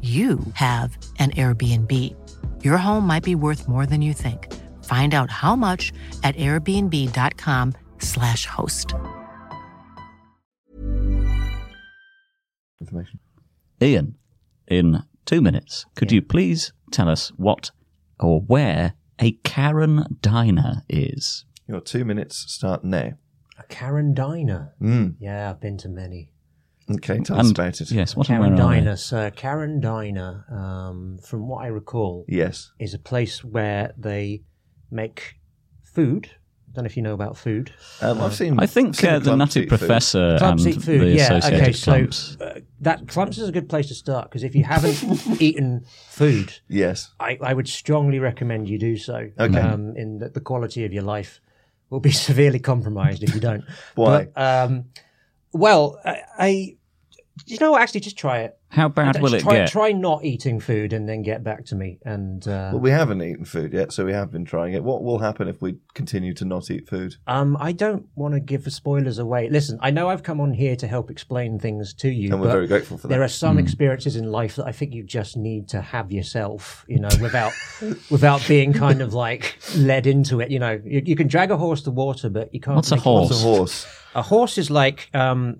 you have an Airbnb. Your home might be worth more than you think. Find out how much at airbnb.com/slash host. Information. Ian, in two minutes, could you please tell us what or where a Karen diner is? Your two minutes start now. A Karen Diner. Mm. Yeah, I've been to many. Okay, tell us And- about it. yes, what and Karen where are they? Diner. So Karen Diner, um, from what I recall, Yes. is a place where they make food. don't know if you know about food. Um, I've seen- I think, I've seen uh, the the Clumps Nutty Eat Food. Professor Clumps Uh, and eat food. the yeah, associated okay, so, clumps. uh, that clumps is a good place to start because if you haven't eaten food, Yes. I, I would strongly recommend you do so. Okay. Um, in that the quality of your life will be severely compromised if you don't. Why? But, um, well, I, I, you know, what, actually, just try it. How bad And will it try, get? Try not eating food and then get back to me. And uh, Well, we haven't eaten food yet, so we have been trying it. What will happen if we continue to not eat food? um, I don't want to give the spoilers away. Listen, I know I've come on here to help explain things to you, And we're but very grateful for that. There are some Mm. experiences in life that I think you just need to have yourself, you know, without without being kind of like led into it. You know, you, you can drag a horse to water, but you can't. What's a make it- horse? What's a horse? A horse is like, um,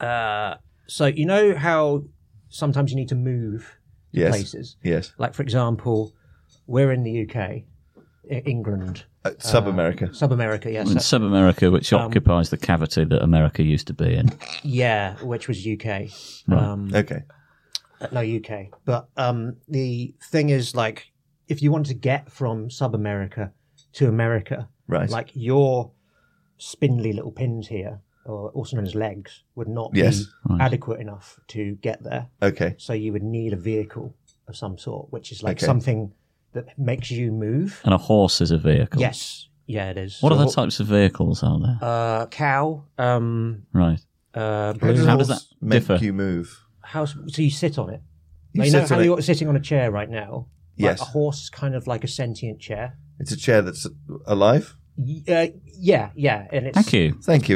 uh, so you know how sometimes you need to move to Yes. places. Yes. Like for example, we're in the UK, I- England, Uh, sub-America. sub America, yes, in Sub America, which Um, occupies the cavity that America used to be in. Yeah, which was UK. Right. okay. No, UK. But um, the thing is, like, if you want to get from sub America to America, Right. like your spindly little pins here, or also known as legs, would not Yes. be Right. adequate enough to get there. Okay. So you would need a vehicle of some sort, which is like Okay. something that makes you move. And a horse is a vehicle. Yes. Yeah, it is. What So other what- types of vehicles are there? Uh, cow. Um, Right. Uh, How does- how does that make differ? you move? How s- so you sit on it? You Now, You, know sit on how it. you're sitting on a chair right now. Like, Yes. a horse is kind of like a sentient chair. It's a chair that's alive. Y- Uh, yeah, yeah, and it's Thank you,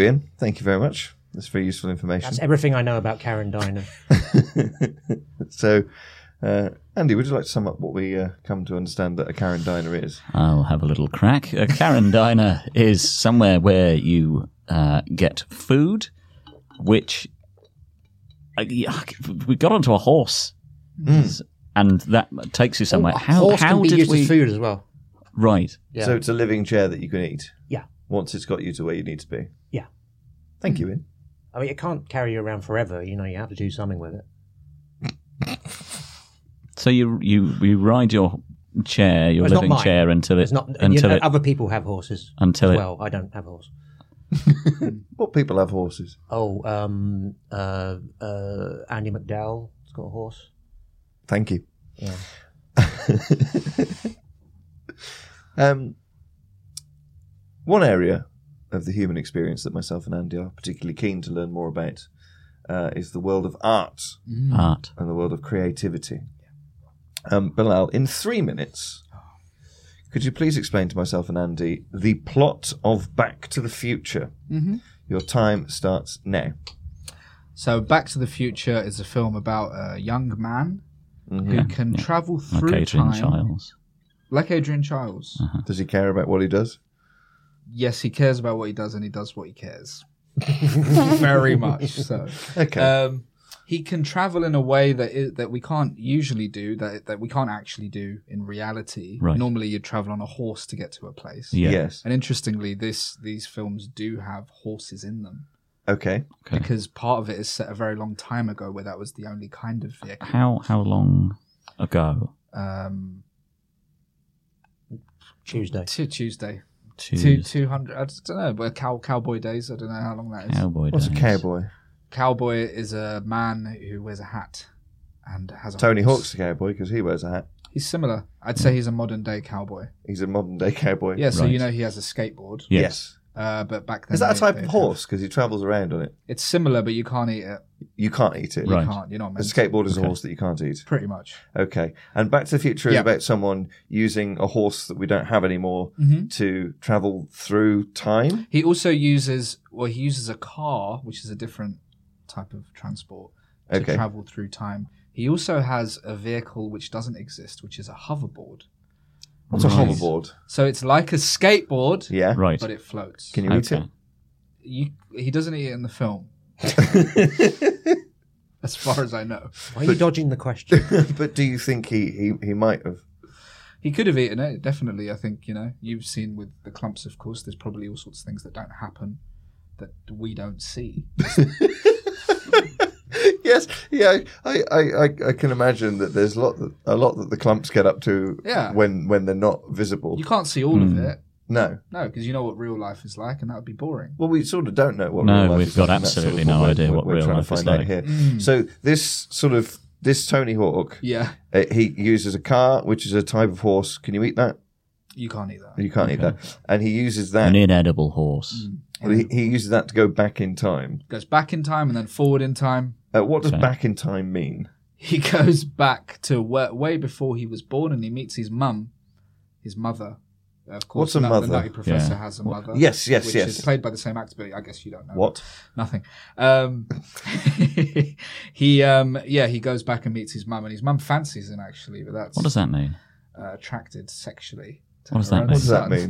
Ian. Thank you very much. That's very useful information. That's everything I know about Karen Diner. so, uh, Andy, would you like to sum up what we uh, come to understand that a Karen diner is? I'll have a little crack. A Karen diner is somewhere where you uh, get food, which uh, yuck, we got onto a horse, Hmm. Mm. and that takes you somewhere. Oh, a how horse how can be did used as we food as well? Right. Yeah. So it's a living chair that you can eat. Yeah. Once it's got you to where you need to be. Yeah. Hmm. Thank you, Ian. I mean, it can't carry you around forever. You know, you have to do something with it. So you you you ride your chair, your Well, it's not living mine. chair until it It's not- you until know, it, other people have horses until as it well. I don't have a horse. What people have horses? Oh, um, uh, uh, Andy McDowell has got a horse. Thank you. Yeah. Um, one area of the human experience that myself and Andy are particularly keen to learn more about uh, is the world of art, Mm. Art. and the world of creativity. Um, Bilal, in three minutes, could you please explain to myself and Andy the plot of Back to the Future? Mhm. Your time starts now. So, Back to the Future is a film about a young man Mhm. who Yeah, can yeah. travel Like through Adrian time, Giles. like Adrian Childs. Uh-huh. Does he care about what he does? Yes, he cares about what he does, and he does what he cares. Very much so. Okay. Um, he can travel in a way that i that we can't usually do, that that we can't actually do in reality. Right. Normally, you'd travel on a horse to get to a place. Yeah. Yes. And interestingly, this these films do have horses in them Okay. because part of it is set a very long time ago, where that was the only kind of vehicle. how how long ago? Um, Tuesday. To Tuesday. Two two hundred. I just don't know. But cow, cowboy days. I don't know how long that is. Cowboy What's a days. cowboy? Cowboy is a man who wears a hat and has a Tony horse. Hawk's a cowboy because he wears a hat. He's similar. I'd say he's a modern day cowboy. He's a modern day cowboy. Yeah, so you know he has a skateboard. Yes. Uh, but back then, Is that a they- type they of didn't. horse? Because he travels around on it. It's similar, but you can't eat it. You can't eat it. You Right. can't, you're not A meant to. skateboard is a Okay. horse that you can't eat. Pretty much. Okay. And Back to the Future is Yeah. about someone using a horse that we don't have anymore Mhm. to travel through time. He also uses well, he uses a car, which is a different type of transport to Okay. travel through time. He also has a vehicle which doesn't exist, which is a hoverboard. What's a Which is- hoverboard? So it's like a skateboard, Yeah. Right. but it floats. Can you eat it? You, he doesn't eat it in the film, as far as I know. Why are you dodging the question? but do you think he, he, he might have? He could have eaten it, definitely. I think you know you've seen with the clumps, of course. There's probably all sorts of things that don't happen that we don't see. yes, yeah, I, I, I, I can imagine that there's a lot that, a lot that the clumps get up to Yeah. when when they're not visible. You can't see all Hmm. of it. No. No, because you know what real life is like, and that would be boring. Well, we sort of don't know what. No, real life we've is got like, and that's absolutely sort of no we're- idea we're- what we're real trying to life is find out like. Here. Mm. So this sort of this Tony Hawk, Yeah. uh, he uses a car, which is a type of horse. Can you eat that? You can't eat that. Hmm. You can't eat Okay. that. And he uses that. An inedible horse. Well, He, he uses that to go back in time. Goes back in time and then forward in time. Uh, what does back in time mean? He goes back to where, way before he was born, and he meets his mum, his mother. Of What's course, a the, mother? The Nutty Professor Yeah. has a What- mother. Yes, yes, which yes. Is played by the same actor, but I guess you don't know. What? Nothing. Um, he, um, yeah, he goes back and meets his mum, and his mum fancies him actually, but that's What does that mean? Uh, attracted sexually. to What does her that own mean?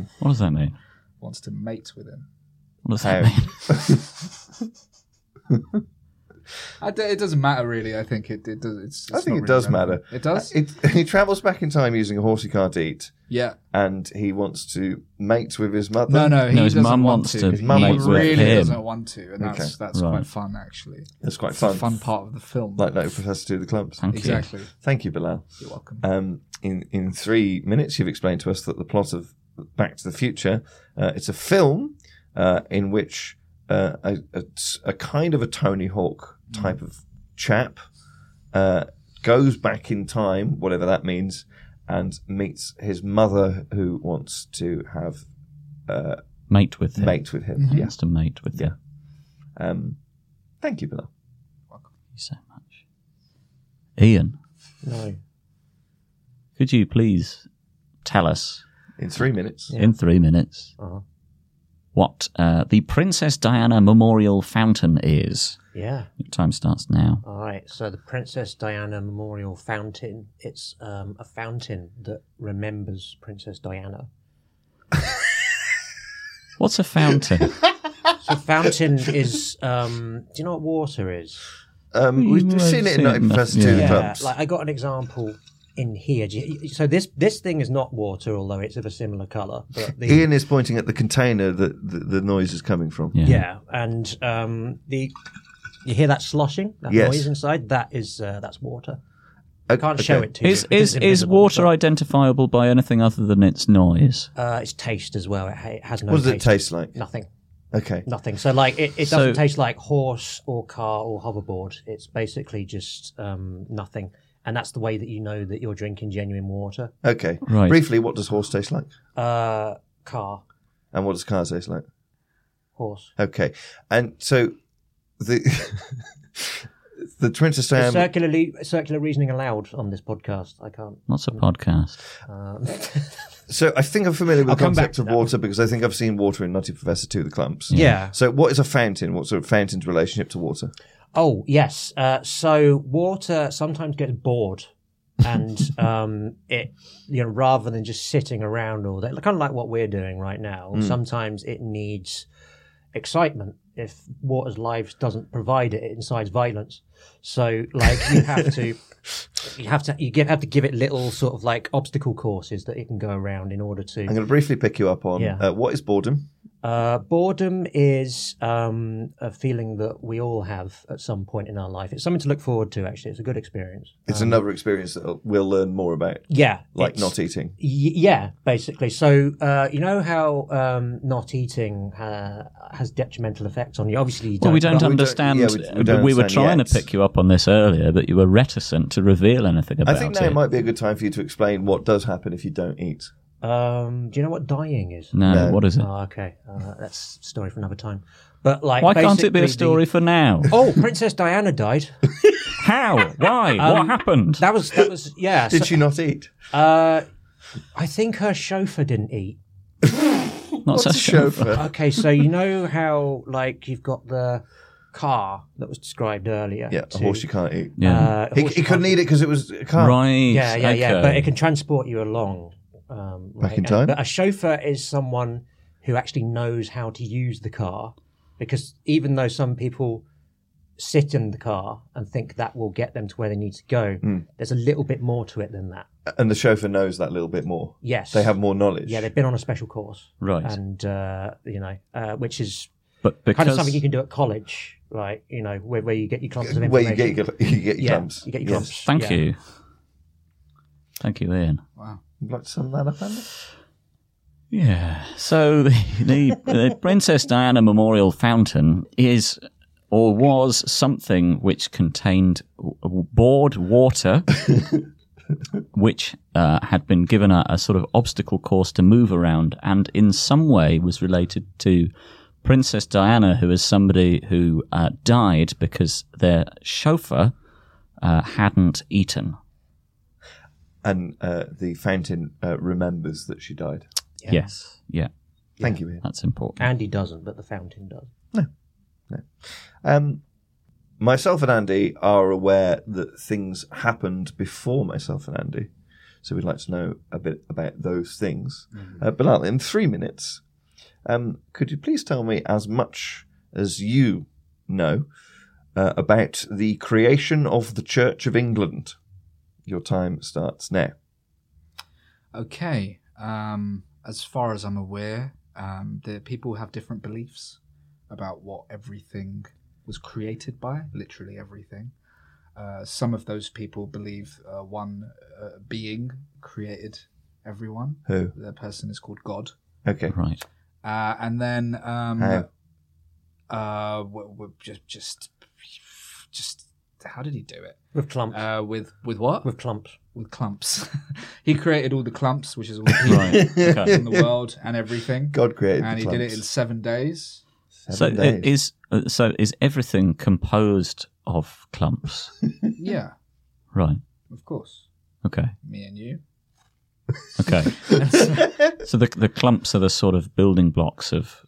son. What does that mean? Wants to mate with him. What does that mean? I d- it doesn't matter really. I think it, it does. It's, I it's think not it does really matter. relevant. It does. Uh, It, he travels back in time using a horse he can't eat. Yeah. And he wants to mate with his mother. No, no, he his doesn't mum want wants to. to His mum mate with really him. doesn't want to, and that's Okay. that's Right. quite fun actually. That's quite It's fun. A fun part of the film. Like no Professor to the clumps. Thank you. Exactly. Thank you, Bilal. You're welcome. Um, in in three minutes, you've explained to us that the plot of Back to the Future, uh, it's a film uh, in which uh, a, a, a kind of a Tony Hawk type of chap uh, goes back in time, whatever that means, and meets his mother who wants to have uh, Mate with him. Mm-hmm. mate with him. He Yeah. Has to mate with him. Um, thank you, Bilal. you so much. Ian, No. could you please tell us In three minutes. in three minutes Uh-huh. what uh, the Princess Diana Memorial Fountain is? Yeah. Your time starts now. All right. So the Princess Diana Memorial Fountain. It's um, a fountain that remembers Princess Diana. What's a fountain? So fountain is. Um, do you know what water is? Um, we've might seen it in see it Nutty in the- Professor to the yeah. clumps. like I got an example in here. Do you- So this this thing is not water, although it's of a similar color. But the, Ian is pointing at the container that the, the noise is coming from. yeah. and um, the you hear that sloshing, that Yes. noise inside. That is uh, that's water. I can't show it to Is you. is is water identifiable by anything other than its noise? Uh, it's taste as well. It, ha- it has no. What does it taste. taste like? Nothing. Okay. Nothing. So like it, it doesn't So- taste like horse or car or hoverboard. It's basically just um, nothing, and that's the way that you know that you're drinking genuine water. Okay. Right. Briefly, what does horse taste like? Uh, car, And what does car taste like? horse. Okay. And so the the Princess Is Diana. circularly circular reasoning allowed on this podcast. I can't. What's a podcast? Um, So I think I'm familiar with I'll the come back concept of water because I think I've seen water in Nutty Professor Two: The Clumps. Yeah. Yeah. So what is a fountain? What sort of fountain's relationship to water? oh yes. Uh, so water sometimes gets bored, and um, it you know rather than just sitting around all day, kind of like what we're doing right now. Mm. Sometimes it needs excitement. If water's lives doesn't provide it, it incites violence. So like you have to. You have to you give, have to give it little sort of like obstacle courses that it can go around in order to. I'm going to briefly pick you up on Yeah. uh, what is boredom. Uh, boredom is um, a feeling that we all have at some point in our life. It's something to look forward to. Actually, it's a good experience. It's Um, another experience that we'll learn more about. Yeah, like it's- not eating. Y- yeah, basically. So uh, you know how um, not eating uh, has detrimental effects on you. Obviously, you Well, we but- don't understand. uh, but we, were trying to pick you up on this earlier, but you were reticent to reveal anything I about think now it. might be a good time for you to explain what does happen if you don't eat. Um, do you know what dying is? No, No. what is it? Oh, okay, uh, that's a story for another time. But like, Why can't it be a basically the- story for now? Oh, Princess Diana died. How? Why? Um, what happened? That was that was yeah. Did she not eat? Uh, I think her chauffeur didn't eat. What's a a chauffeur? chauffeur? okay, so you know how like you've got the car that was described earlier. Yeah, a to- horse you can't eat. Uh, a he, horse he couldn't you can't eat it because it was a car. Yeah, yeah, yeah. But it can transport you along. Um, Back right? in And- time? But a chauffeur is someone who actually knows how to use the car, because even though some people sit in the car and think that will get them to where they need to go, Hmm. there's a little bit more to it than that. and the chauffeur knows that little bit more. Yes, they have more knowledge. Yeah, they've been on a special course, Right. And uh, you know, uh, which is But kind of because- something you can do at college, right? You know, where, where you get your clumps of Where information. you get your- you get your yeah, clumps. You get your Yes. clumps. Thank yeah. you. Thank you, Ian. Wow. Would you like to sum that up, Andy? Yeah. So the, the, the Princess Diana Memorial Fountain is or was something which contained w- w- bored water, which uh, had been given a, a sort of obstacle course to move around, and in some way was related to Princess Diana, who is somebody who uh, died because their chauffeur uh, hadn't eaten. And uh, the fountain uh, remembers that she died. Yes. Yeah. Thank you, Ian. That's important. Andy doesn't, but the fountain does. Um, myself and Andy are aware that things happened before myself and Andy, so we'd like to know a bit about those things. Mm-hmm. Uh, Bilal, in three minutes, um, could you please tell me as much as you know uh, about the creation of the Church of England? Your time starts now. Okay. Um, as far as I'm aware, um, the people have different beliefs about what everything was created by, literally everything. Uh, some of those people believe uh, one uh, being created everyone. Who? The person is called God. Okay. Right. Uh, and then um, How? uh, w- w- just just just how did he do it? With clumps. Uh, with with what? With clumps. With clumps. he created all the clumps, which is all the people okay. in the world and everything. God created and the he did it in clumps. seven days. So it is uh, so is everything composed of clumps? yeah, right. of course. Okay. Me and you. Okay. so the the clumps are the sort of building blocks of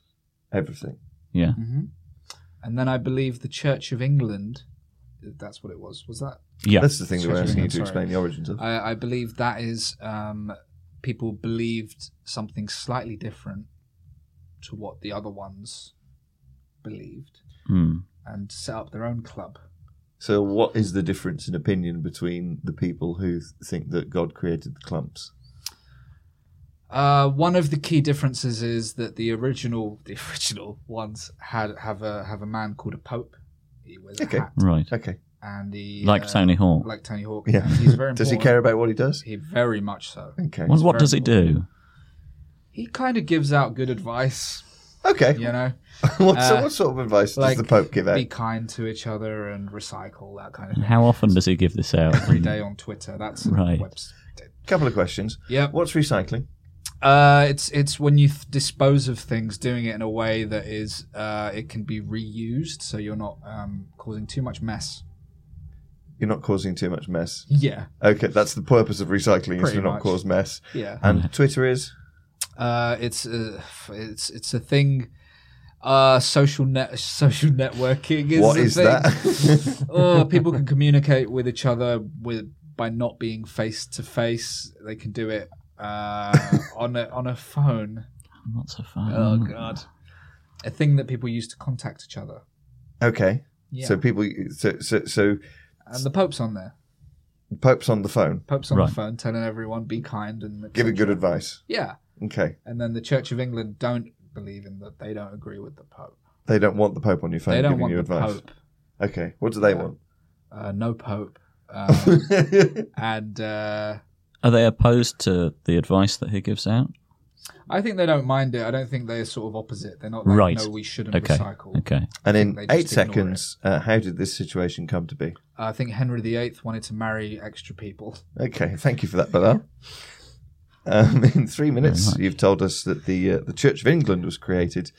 everything. Yeah. hmm And then I believe the Church of England. That's what it was. Was that? Yeah. That's the thing that Church we're of asking you England, to sorry. explain the origins of. I, I believe that is um, people believed something slightly different to what the other ones believed, Hmm. and set up their own club. So, what is the difference in opinion between the people who th- think that God created the clumps? Uh, one of the key differences is that the original, the original ones had have a have a man called a pope. He wears Okay. a hat. Right. Okay. And he uh, Like Tony Hawk. Like Tony Hawk. Yeah. Yeah. He's very important. Does he care about what he does? He very much so. Okay. Well, what does it do? He kind of gives out good advice. Okay. You know. What so- Uh, what sort of advice does like, the Pope give out? Be kind to each other and recycle that kind of And thing. how often does he give this out? Hmm. Every day on Twitter. That's Right. right. website. Couple of questions. Yeah. What's recycling? Uh, it's it's when you th- dispose of things, doing it in a way that is uh, it can be reused, so you're not um, causing too much mess. You're not causing too much mess. Yeah. Okay, that's the purpose of recycling is Pretty to not much. cause mess. Yeah. And Twitter is Uh, it's a, it's it's a thing. Uh, social net social networking is What a is thing. that? oh, people can communicate with each other with by not being face to face. They can do it uh, on a on a phone. Not so fun. Oh god, a thing that people use to contact each other. okay. Yeah. So people, so so, so And the Pope's on there. Pope's on the phone. Pope's on the phone telling everyone be kind and Giving etc. good advice. Yeah. Okay. And then the Church of England don't believe in that they don't agree with the Pope. They don't want the Pope on your phone They don't giving want you the advice. Pope. Okay, what do they want? Uh, no Pope. Um, and uh, Are they opposed to the advice that he gives out? I think they don't mind it. I don't think they're sort of opposite. They're not like, Right. no, we shouldn't Okay. recycle. Okay. And I in think they eight just ignore it. seconds, uh, how did this situation come to be? I think Henry VIII wanted to marry extra people. Okay, thank you for that, Bilal. Um, in three minutes, much. you've told us that the uh, the Church of England was created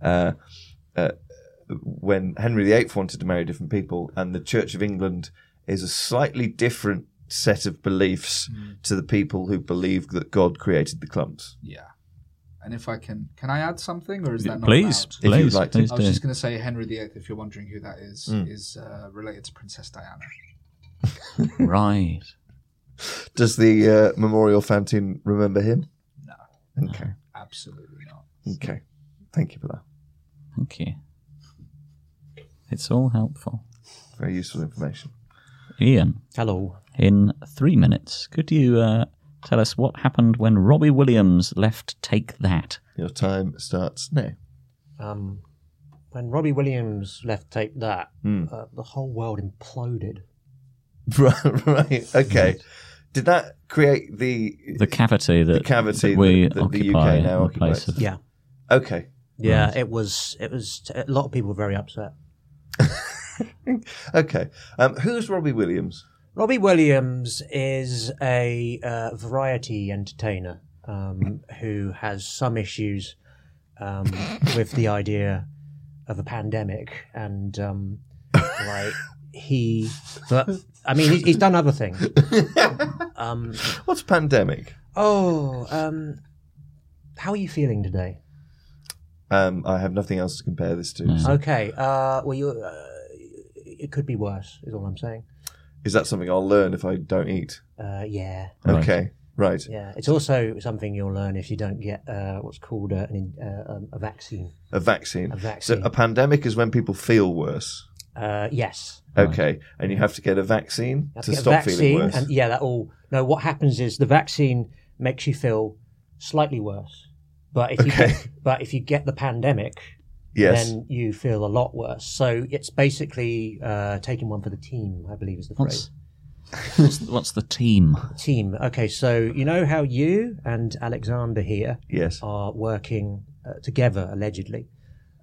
uh, uh, when Henry VIII wanted to marry different people, and the Church of England is a slightly different set of beliefs Hmm. to the people who believe that God created the clumps. Yeah. And if I can, can I add something, or is that not Please, allowed? If you'd please, like to. please I was do. just going to say Henry VIII. If you're wondering who that is, Mm. is uh, related to Princess Diana. right. Does the uh, memorial fountain remember him? No. Okay. Absolutely not. Okay. Thank you for that. Thank you. It's all helpful. Very useful information. Ian. Hello. In three minutes, could you uh, tell us what happened when Robbie Williams left Take That? Your time starts now. Um, when Robbie Williams left Take That, Hmm. uh, the whole world imploded. Right, right. Okay. Did that create the The cavity that, the cavity that we that, that the occupy UK now in place occupies? of. Yeah. Okay. Yeah, it was. It was. A lot of people were very upset. Okay. Um, who's Robbie Williams? Robbie Williams is a uh, variety entertainer um, who has some issues um, with the idea of a pandemic, and um, like he, but I mean, he's, he's done other things. Um, What's pandemic? oh, um, how are you feeling today? Um, I have nothing else to compare this to. Mm. so- Okay. Uh, well, you. Uh, it could be worse. Is all I'm saying. Is that something I'll learn if I don't eat? Uh, yeah. Okay. Right. Yeah, it's also something you'll learn if you don't get uh, what's called a, an, in- uh, um, a vaccine. A vaccine. A vaccine. So a pandemic is when people feel worse. Uh, yes. Okay. And you have to get a vaccine You have to get a stop feeling worse. And yeah, that all. No, what happens is the vaccine makes you feel slightly worse, but if you Okay. get, but if you get the pandemic, Yes. then you feel a lot worse. So it's basically uh, taking one for the team. I believe is the What's- phrase. What's, what's the team? Team. Okay, so you know how you and Alexander here Yes. are working uh, together allegedly.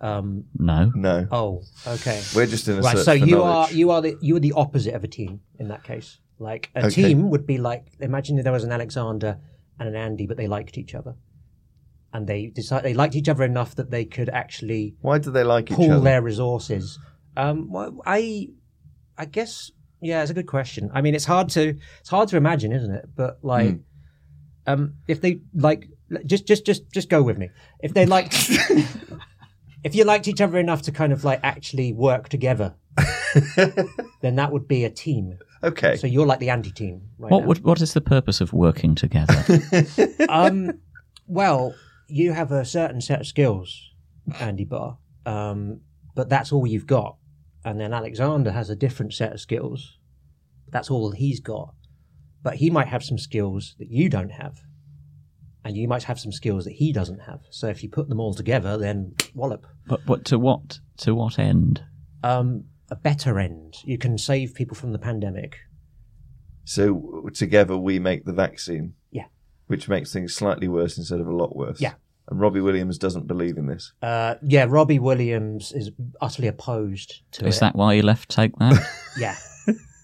Um, No. No. Oh, okay. We're just in a right. search So for you knowledge. are you are the you are the opposite of a team in that case. Like a Okay. team would be like imagine if there was an Alexander and an Andy, but they liked each other, and they decide they liked each other enough that they could actually Why do they like each pool other? their resources. Um, well, I I guess yeah, it's a good question. I mean, it's hard to it's hard to imagine, isn't it? But like, um, if they like, just just just just go with me. If they like, if you liked each other enough to kind of like actually work together, then that would be a team. Okay. So you're like the anti-team, right? what now. would, what is the purpose of working together? um, well, you have a certain set of skills, Andy Barr, um, but that's all you've got. And then Alexander has a different set of skills. That's all he's got. But he might have some skills that you don't have. And you might have some skills that he doesn't have. So if you put them all together, then wallop. but what to what to what end? Um, a better end. You can save people from the pandemic. So together we make the vaccine. Yeah. Which makes things slightly worse instead of a lot worse. Yeah. And Robbie Williams doesn't believe in this. Uh, yeah, Robbie Williams is utterly opposed to Is it. that why you left Take That? Yeah.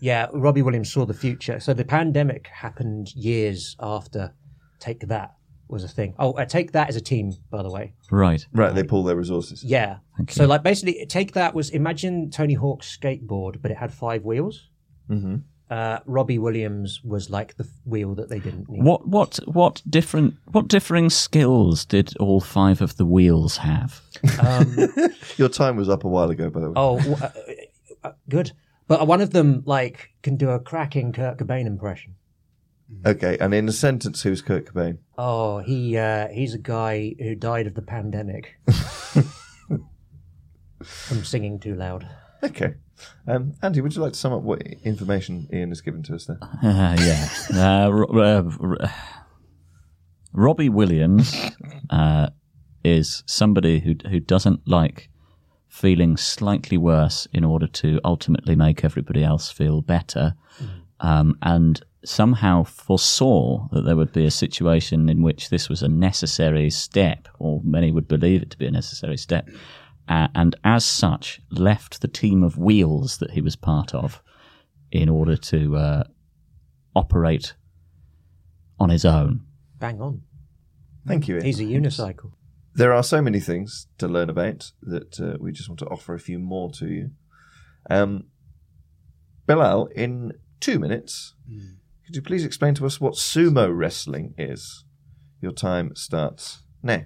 Yeah, Robbie Williams saw the future. So the pandemic happened years after Take That was a thing. Oh, uh, Take That is a team, by the way. right. Right. They pull their resources. Yeah. So, like, basically, Take That was imagine Tony Hawk's skateboard, but it had five wheels. Mhm. Uh, Robbie Williams was like the f- wheel that they didn't need. What what what different what differing skills did all five of the wheels have? Um, Your time was up a while ago, by the way. oh, w- uh, uh, good. But one of them, like, can do a cracking Kurt Cobain impression. Okay. And in a sentence, who's Kurt Cobain? Oh, he uh, he's a guy who died of the pandemic from singing too loud. Okay. Um, Andy, would you like to sum up what information Ian has given to us Uh-huh. there? Uh, yeah. Uh, Ro- uh, Ro- Robbie Williams uh, is somebody who who doesn't like feeling slightly worse in order to ultimately make everybody else feel better, um, and somehow foresaw that there would be a situation in which this was a necessary step, or many would believe it to be a necessary step, uh, and as such left the team of wheels that he was part of in order to uh, operate on his own. Bang on. Thank you. Ian. He's a unicycle. There are so many things to learn about that uh, we just want to offer a few more to you. Um, Bilal, in two minutes, Hmm. could you please explain to us what sumo wrestling is? Your time starts now.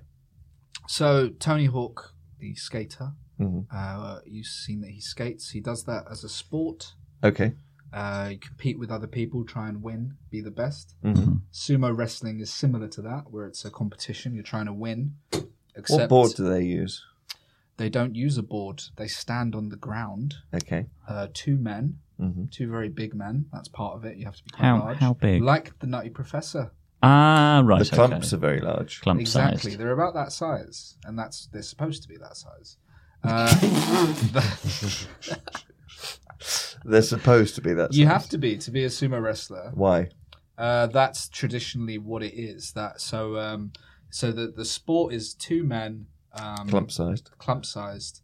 So Tony Hawk, the skater, Mhm. uh, you've seen that he skates. He does that as a sport. Okay. Uh, you compete with other people, try and win, be the best. Mhm. Sumo wrestling is similar to that, where it's a competition. You're trying to win. Except What board do they use? They don't use a board. They stand on the ground. Okay. Uh, two men, Mhm. two very big men. That's part of it. You have to be quite How- large. how big? Like the Nutty Professor. Ah, right. The clumps are very large. Clump exactly. sized. They're about that size, and that's they're supposed to be that size. Uh, They're supposed to be that. you size. have to be to be a sumo wrestler. Why? Uh, that's traditionally what it is. That so um, so the the sport is two men um, Clump-sized. clump sized,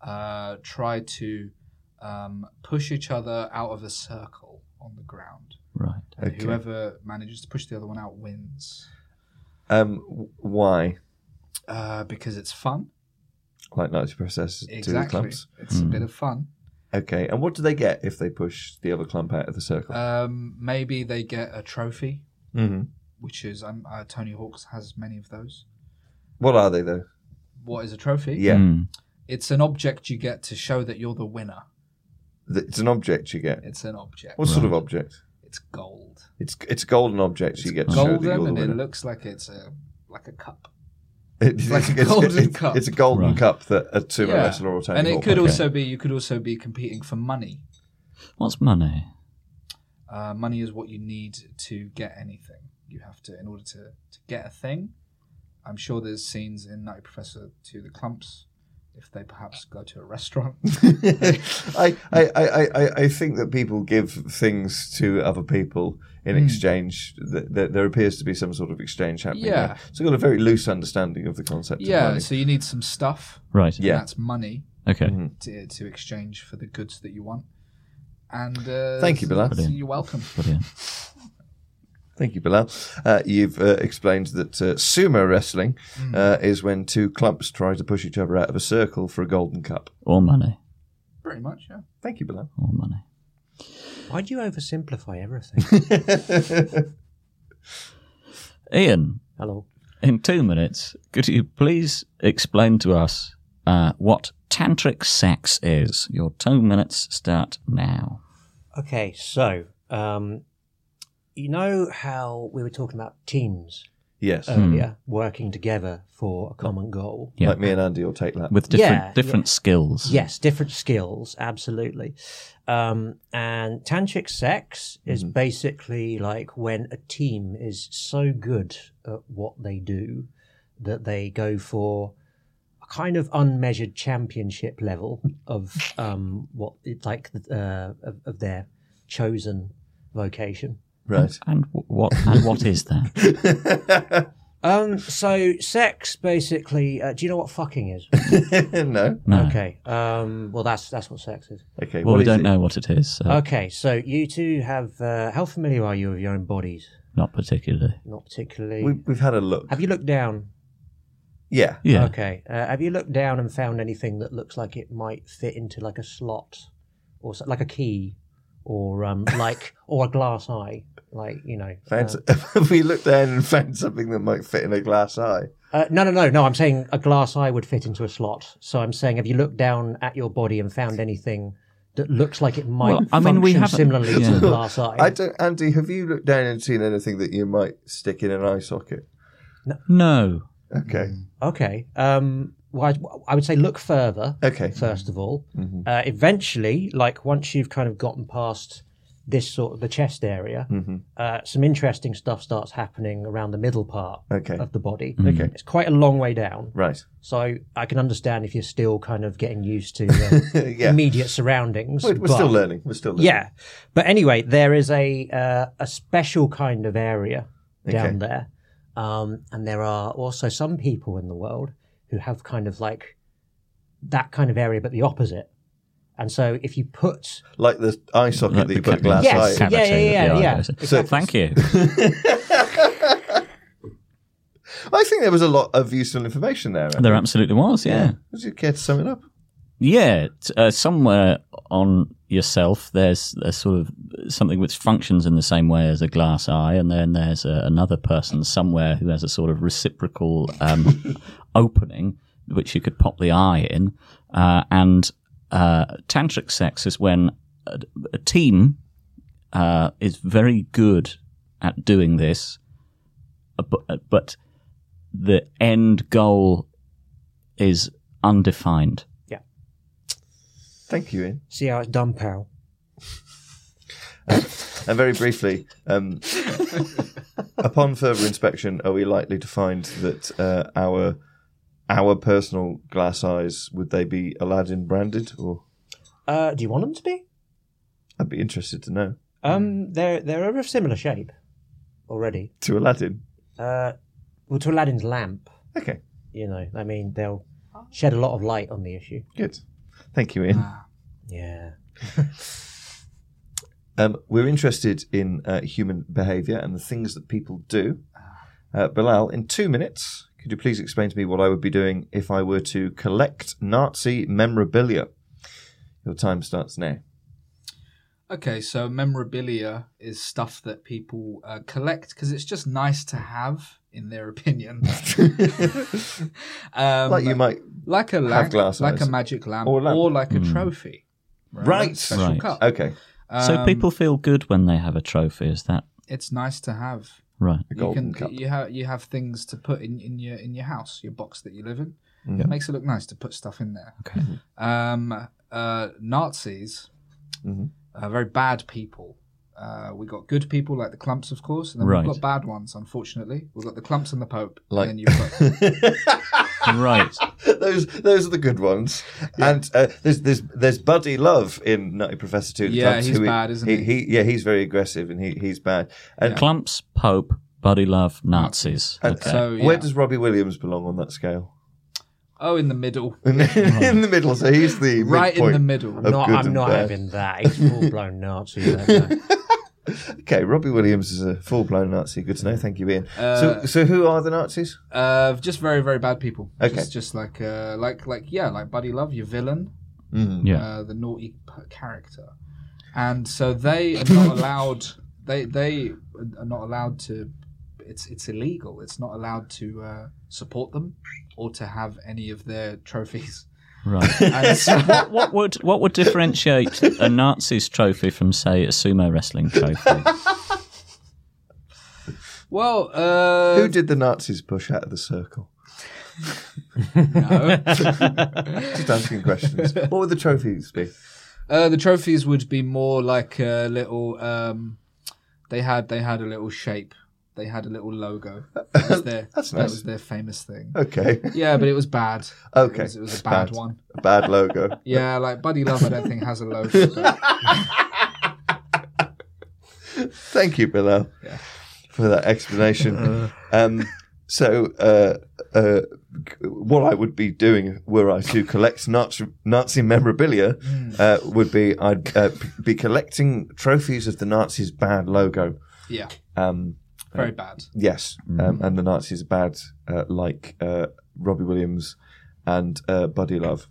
uh, try to um, push each other out of a circle on the ground. Right. And Okay. Whoever manages to push the other one out wins Um, w- why? uh, because it's fun. Like Nazi processes to the Exactly, clumps. Hmm. it's a bit of fun. Okay, and what do they get if they push the other clump out of the circle? Um, maybe they get a trophy, Mhm. which is um, uh, Tony Hawk's has many of those. What are they though? What is a trophy? Yeah. Hmm. It's an object you get to show that you're the winner. Th- It's an object you get. It's an object. What sort of object? It's gold. It's it's a golden object you get to show that Golden, you're the and it winner. looks like it's a like a cup. It's like a it's- golden it's- cup. It's a golden cup that a two Yeah. wrestler or a Tony and it Hawk could might also get. be you could also be competing for money. What's money? Uh, money is what you need to get anything. You have to in order to, to get a thing. I'm sure there's scenes in Nutty Professor to the clumps if they perhaps go to a restaurant. I, I, I, I, I think that people give things to other people in Hmm. exchange. Th- th- there appears to be some sort of exchange happening. Yeah. there. So I've got a very loose understanding of the concept. of yeah, money. so you need some stuff. Right. and Yeah. That's money. Okay. Mm-hmm. To, to exchange for the goods that you want. And uh, Thank you, Bilal. so You're welcome. Thank you, Bilal. Uh, you've uh, explained that uh, sumo wrestling Hmm. uh, is when two clumps try to push each other out of a circle for a golden cup. Or money. Pretty much, yeah. Thank you, Bilal. Or money. Why do you oversimplify everything? Ian. Hello. In two minutes, could you please explain to us uh, what tantric sex is? Your two minutes start now. okay, so um, you know how we were talking about teams Yes. earlier, working together for a common goal. Um, Yeah. Like me and Andy will take that. With different Yeah, different yeah. skills. Yes, different skills, absolutely. Um, and tantric sex is Mm-hmm. basically like when a team is so good at what they do that they go for a kind of unmeasured championship level of um, what it's like uh, of, of their chosen vocation. Right. And, wh- what and what is that? Um, so sex basically, uh, do you know what fucking is? no. No. Okay. Um, well, that's that's what sex is. Okay. well, what we is don't it? know what it is. So Okay, so you two have uh, how familiar are you with your own bodies? Not particularly. Not particularly. We, we've had a look. Have you looked down? Yeah. Yeah. Okay. Uh, have you looked down and found anything that looks like it might fit into like a slot, or so, like a key, or um like or a glass eye, like you know? Found, uh, s- we looked down and found something that might fit in a glass eye. Uh, no, no, no, no. I'm saying a glass eye would fit into a slot. So I'm saying, have you looked down at your body and found anything that looks like it might Well, I mean, we function haven't- similarly to yeah. a glass eye? I don't, Andy, have you looked down and seen anything that you might stick in an eye socket? No. Okay. Mm. Okay. Um, well, I, I would say look further. Okay. Mm-hmm. First of all, uh, eventually, like once you've kind of gotten past this sort of the chest area, Mhm. uh, some interesting stuff starts happening around the middle part Okay. of the body. Okay. It's quite a long way down. Right. So I can understand if you're still kind of getting used to uh, Yeah. immediate surroundings. We're- we're still learning. We're still learning. Yeah. But anyway, there is a uh, a special kind of area down Okay. there. Um, and there are also some people in the world who have kind of like that kind of area, but the opposite. And so if you put Like the eye socket Like that the you put a cavity. glass Yes, eye. yeah, yeah, yeah, yeah, yeah. So thank you. I think there was a lot of useful information there. There absolutely was, yeah. Would you care to sum it up? Yeah, t- uh, somewhere on yourself, there's a sort of something which functions in the same way as a glass eye, and then there's a, another person somewhere who has a sort of reciprocal um, opening which you could pop the eye in. Uh, and uh, tantric sex is when a, a team uh, is very good at doing this, uh, bu- uh, but the end goal is undefined. Thank you, Ian. see how it's done, pal. And very briefly, um, upon further inspection, are we likely to find that uh, our our personal glass eyes would they be Aladdin branded? Or Uh, do you want them to be? I'd be interested to know. Hmm. Um, they're they're of a similar shape already. To Aladdin, Uh, well, to Aladdin's lamp. Okay. You know, I mean, they'll shed a lot of light on the issue. good. Thank you, Ian. Yeah. Um, we're interested in uh, human behaviour and the things that people do. Uh, Bilal, in two minutes, could you please explain to me what I would be doing if I were to collect Nazi memorabilia? Your time starts now. Okay, so memorabilia is stuff that people uh, collect because it's just nice to have, in their opinion. um, Like you might like a have lamp, glass like a eyes. magic lamp, Or or, a lamp. like a Mm. trophy. right? Like a Right. Uh, special cup. so Um, people feel good when they have a trophy. Is that It's nice to have. right? You can you have you have things to put in, in your in your house, your box that you live in. Mm. Yeah. It makes it look nice to put stuff in there. Okay. Um, uh, Nazis, Mhm. Mm-hmm. uh, very bad people. Uh, we got good people like the clumps, of course, and then Right. we've got bad ones. Unfortunately, we've got the clumps and the Pope. Like- and then you've got right. those those are the good ones. And uh, there's there's there's Buddy Love in Nutty Professor Two. the Yeah, Clumps, he's who bad, isn't he? Yeah, he's very aggressive and he he's bad. And Clumps, Pope, Buddy Love, Nazis. Uh, And uh, Okay. So, where yeah. does Robbie Williams belong on that scale? Oh, in the middle. in the middle, so he's the right in midpoint the middle. of good and bad. that. He's full blown Nazi. that Okay, Robbie Williams is a full blown Nazi. Good to know. Thank you, Ian. so Uh, so who are the Nazis? Uh, just very very bad people. Okay. Just, just like uh, like like yeah, like Buddy Love, your villain. Mhm. Yeah. Uh, the naughty p- character, and so they are not allowed. They they are not allowed to. It's it's illegal. It's not allowed to uh, support them or to have any of their trophies. Right. And so- what, what would what would differentiate a Nazis trophy from, say, a sumo wrestling trophy? well, uh, who did the Nazis push out of the circle? No. Just asking questions. What would the trophies be? Uh, the trophies would be more like a little. Um, they had they had a little shape. They had a little logo. That was their, That's That nice. was their famous thing. Okay. Yeah, but it was bad. Okay. It was, it was a bad, one. A bad logo. Yeah, like Buddy Love, I don't think has a logo. but- Thank you, Bilal, for that explanation. um, so, uh, uh, g- what I would be doing were I to collect Nazi, Nazi memorabilia uh, would be I'd uh, p- be collecting trophies of the Nazis' bad logo. yeah. Um, Very uh, bad. Yes, um, and the Nazis are bad, uh, like uh, Robbie Williams and uh, Buddy Love.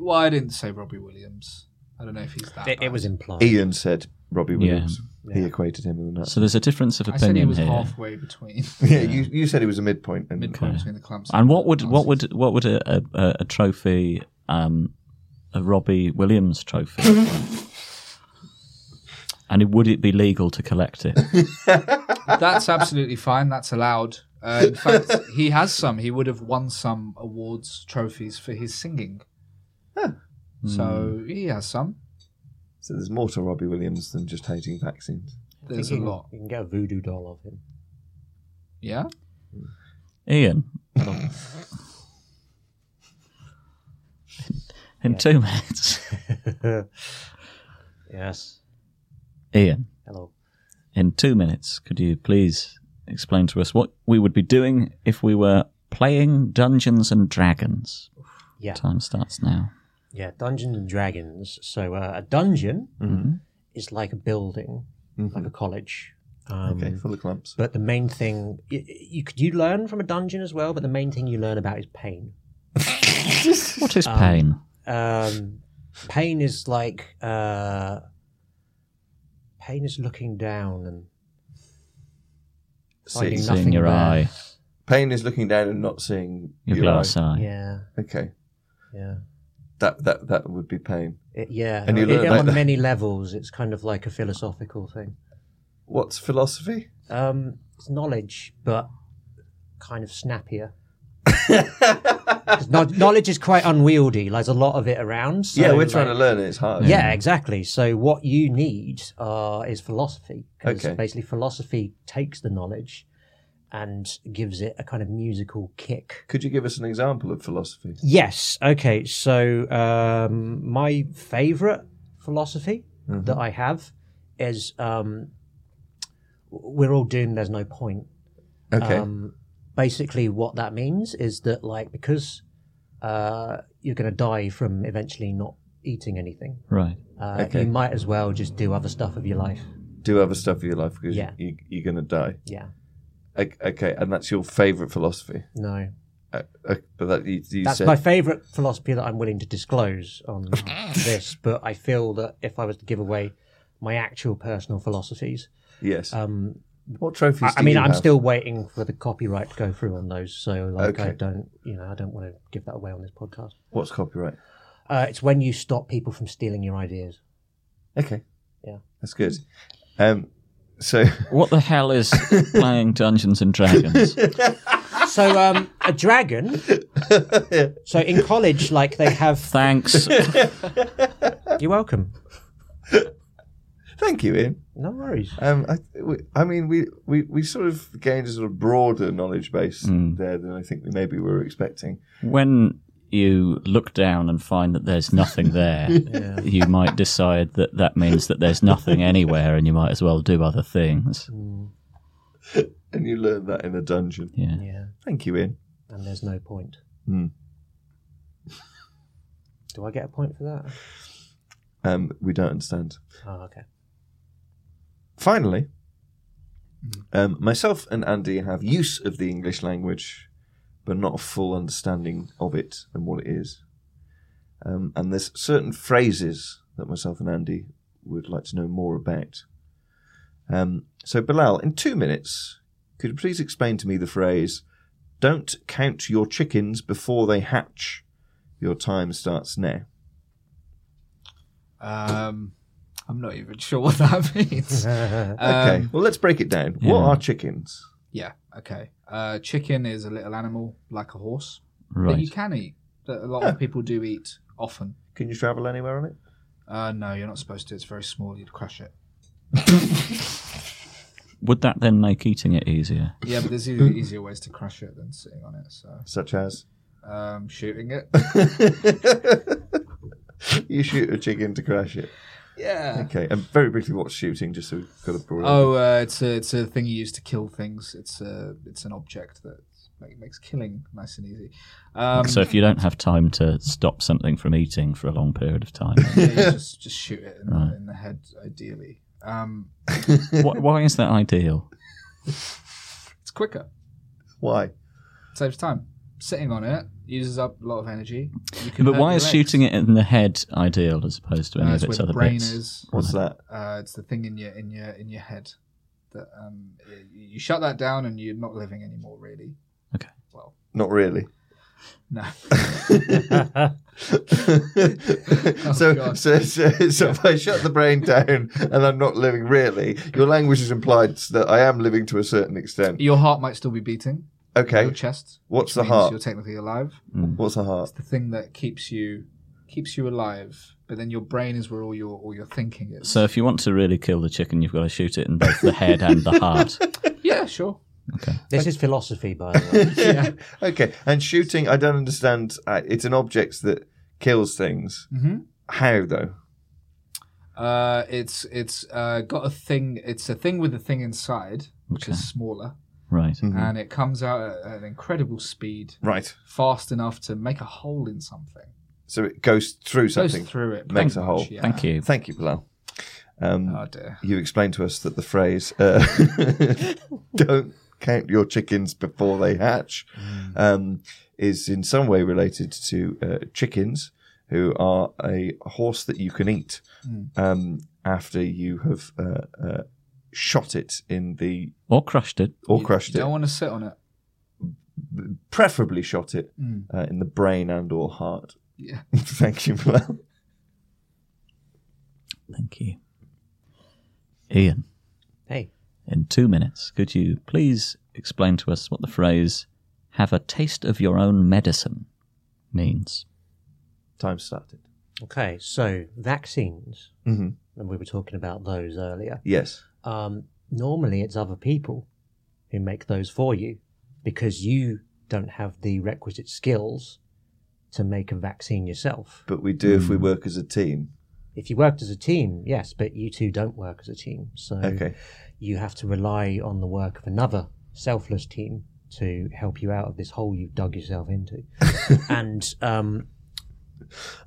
Well, I didn't say Robbie Williams. I don't know if he's that. It, it was implied. Ian said Robbie Yeah. Williams. He equated him with the Nazis. So there's a difference of I said he opinion was here. halfway between. Yeah, you, you said he was a midpoint. And, Midpoint between the clumps. And what would what would what would a, a- a, a trophy, um, a Robbie Williams trophy? and it- would it be legal to collect it? That's absolutely fine. That's allowed. Uh, in fact, he has some. He would have won some Hmm. awards, trophies for his singing. So he has some. So there's more to Robbie Williams than just hating vaccines. I think you can- You can get a voodoo doll of him. Yeah. Ian. In two minutes. yes. Ian. Hello. In two minutes, could you please explain to us what we would be doing if we were playing Dungeons and Dragons? Yeah. Time starts now. Yeah, Dungeons and Dragons. So uh, a dungeon Mhm. is like a building, like a college. Um, Okay, full of clumps. But the main thing you, you could you learn from a dungeon as well, but the main thing you learn about is pain. What is pain? Um, pain is like uh, pain is looking down and finding Seeing nothing your there. eye. Pain is looking down and not seeing Your glass eye. Yeah. Okay. Yeah. That that that would be pain. It- yeah, And you it- learn on like that. many levels, it's kind of like a philosophical thing. What's philosophy? Um, it's knowledge, but kind of snappier. 'Cause kno- knowledge is quite unwieldy. Like, there's a lot of it around. so, yeah, we're trying like- to learn it. It's hard. Yeah, exactly. So what you need uh, is philosophy. 'cause Okay. Basically, philosophy takes the knowledge and gives it a kind of musical kick. Could you give us an example of philosophy? Yes. Okay. So um, my favorite philosophy Mhm. that I have is um, we're all doomed. There's no point. Okay. um, basically, what that means is that like because uh, you're going to die from eventually not eating anything. Right. Uh, Okay. You might as well just do other stuff of your life. Do other stuff in your life because Yeah. you, you're going to die. Yeah. O- Okay, and that's your favourite philosophy. No. Uh, uh, but that you, you That's said my favorite philosophy that I'm willing to disclose on this, but I feel that if I was to give away my actual personal philosophies, Yes. Um, What trophies I, I do mean, you I'm have? still waiting for the copyright to go through on those, so like I Okay. don't, you know, I don't want to give that away on this podcast. What's copyright? Uh, it's when you stop people from stealing your ideas. Okay. Yeah. Mm. That's good. Um, so what the hell is playing Dungeons and Dragons? So um, a dragon. So in college, like they have. Thanks. You're welcome. Thank you, Ian. No worries. Um, I, we- I mean, we, we, we sort of gained a sort of broader knowledge base Mm. there than I think we maybe were expecting. When you look down and find that there's nothing there, Yeah. you might decide that that means that there's nothing anywhere and you might as well do other things. Mm. And you learn that in a dungeon. Yeah. Yeah. Thank you, Ian. And there's no point. Hmm. Do I get a point for that? Um, we don't understand. Oh, okay. Finally, um, myself and Andy have use of the English language, but not a full understanding of it and what it is. Um, and there's certain phrases that myself and Andy would like to know more about. Um, so, Bilal, in two minutes, could you please explain to me the phrase, don't count your chickens before they hatch? Your time starts now. Um, I'm not even sure what that means. okay, Um, well, let's break it down. What Yeah. are chickens? Yeah. Okay. Uh, chicken is a little animal like a horse that Right. you can eat. That a lot Huh. of people do eat often. Can you travel anywhere on it? Uh, no, you're not supposed to. It's very small. You'd crush it. Would that then make eating it easier? Yeah, but there's e- easier ways to crush it than sitting on it. So Such as? um, shooting it. you shoot a chicken to crash it. Yeah. Okay, and very briefly, what's shooting? Just so we've got a broad. oh, uh, it's a it's a thing you use to kill things. It's a it's an object that make, makes killing nice and easy. Um, so if you don't have time to stop something from eating for a long period of time, yeah, you just just shoot it in, Right. the, in the head, ideally. Um, wh- why is that ideal? it's quicker. Why? Saves time. Sitting on it uses up a lot of energy. You can But hurt why your is legs. shooting it in the head ideal as opposed to any Uh, of it's its where the other brain bits? is. What's that? Uh, it's the thing in your in your in your head that um, y- you shut that down and you're not living anymore. Really, Not really. no. so, Oh, God. so, so, so if I shut the brain down and I'm not living really, your language has implied that I am living to a certain extent. your heart might still be beating. Okay. Your chest. What's which the means heart? You're technically alive. What's the heart? The thing that keeps you keeps you alive, but then your brain is where all your all your thinking is. So if you want to really kill the chicken, you've got to shoot it in both the head and the heart. yeah, sure. This is philosophy, by the way. Okay, and shooting, I don't understand. Uh, it's an object that kills things. Mhm. How though? Uh, it's it's uh, got a thing. It's a thing with a thing inside, which Okay. Mm-hmm. is smaller, Right. and it comes out at an incredible speed, Right. Fast enough to make a hole in something. So it goes through Goes something. through it, Makes pretty a hole. much, yeah. Thank you. Thank you, Bilal. Um, oh dear. You explained to us that the phrase uh, "don't count your chickens before they hatch" Mm. um, is in some way related to uh, chickens, who are a horse that you can eat Mm. um, after you have uh, uh, shot it in the or crushed it or crushed You it don't want to sit on it. preferably shot it Mm. uh, in the brain and or heart. Yeah. Thank you, Bilal. Thank you. Ian. Hey. In two minutes, could you please explain to us what the phrase have a taste of your own medicine means? Time started. Okay, so vaccines, Mhm. and we were talking about those earlier. Yes. Um, normally, it's other people who make those for you because you don't have the requisite skills to make a vaccine yourself. But we do Mm. if we work as a team. If you worked as a team, yes, but you two don't work as a team, so Okay. you have to rely on the work of another selfless team to help you out of this hole you've dug yourself into. and um,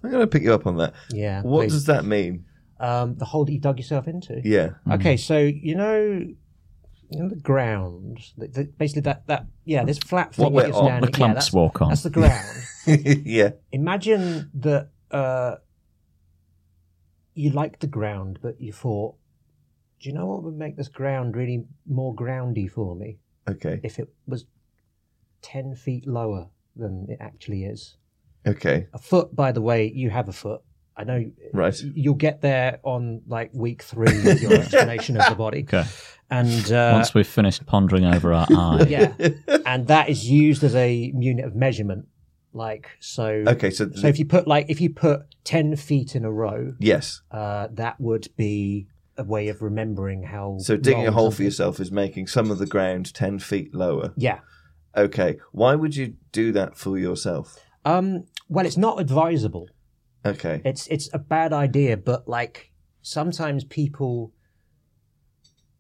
I'm going to pick you up on that. Yeah, What please. does that mean? um, the hole that you dug yourself into. Yeah. Okay, so you know, you know the ground. The, the, basically, that that yeah, this flat thing What we're that gets on, down- the yeah, clumps that's- walk on. That's the ground. yeah. Imagine that uh, you like the ground, but you thought, do you know what would make this ground really more groundy for me Okay. if it was ten feet lower than it actually is? Okay. A foot, by the way, you have a foot. I know. Right. You'll get there on like week three with your explanation of the body. Okay. And uh, Once we've finished pondering over our eye. yeah, and that is used as a unit of measurement. Like so. Okay, so so the- if you put like if you put ten feet in a row, Yes. uh, that would be a way of remembering how. So digging a long hole for something- yourself is making some of the ground 10 feet lower. Yeah. Okay. Why would you do that for yourself? Um. Well, it's not advisable. Okay. It's it's a bad idea, but like sometimes people,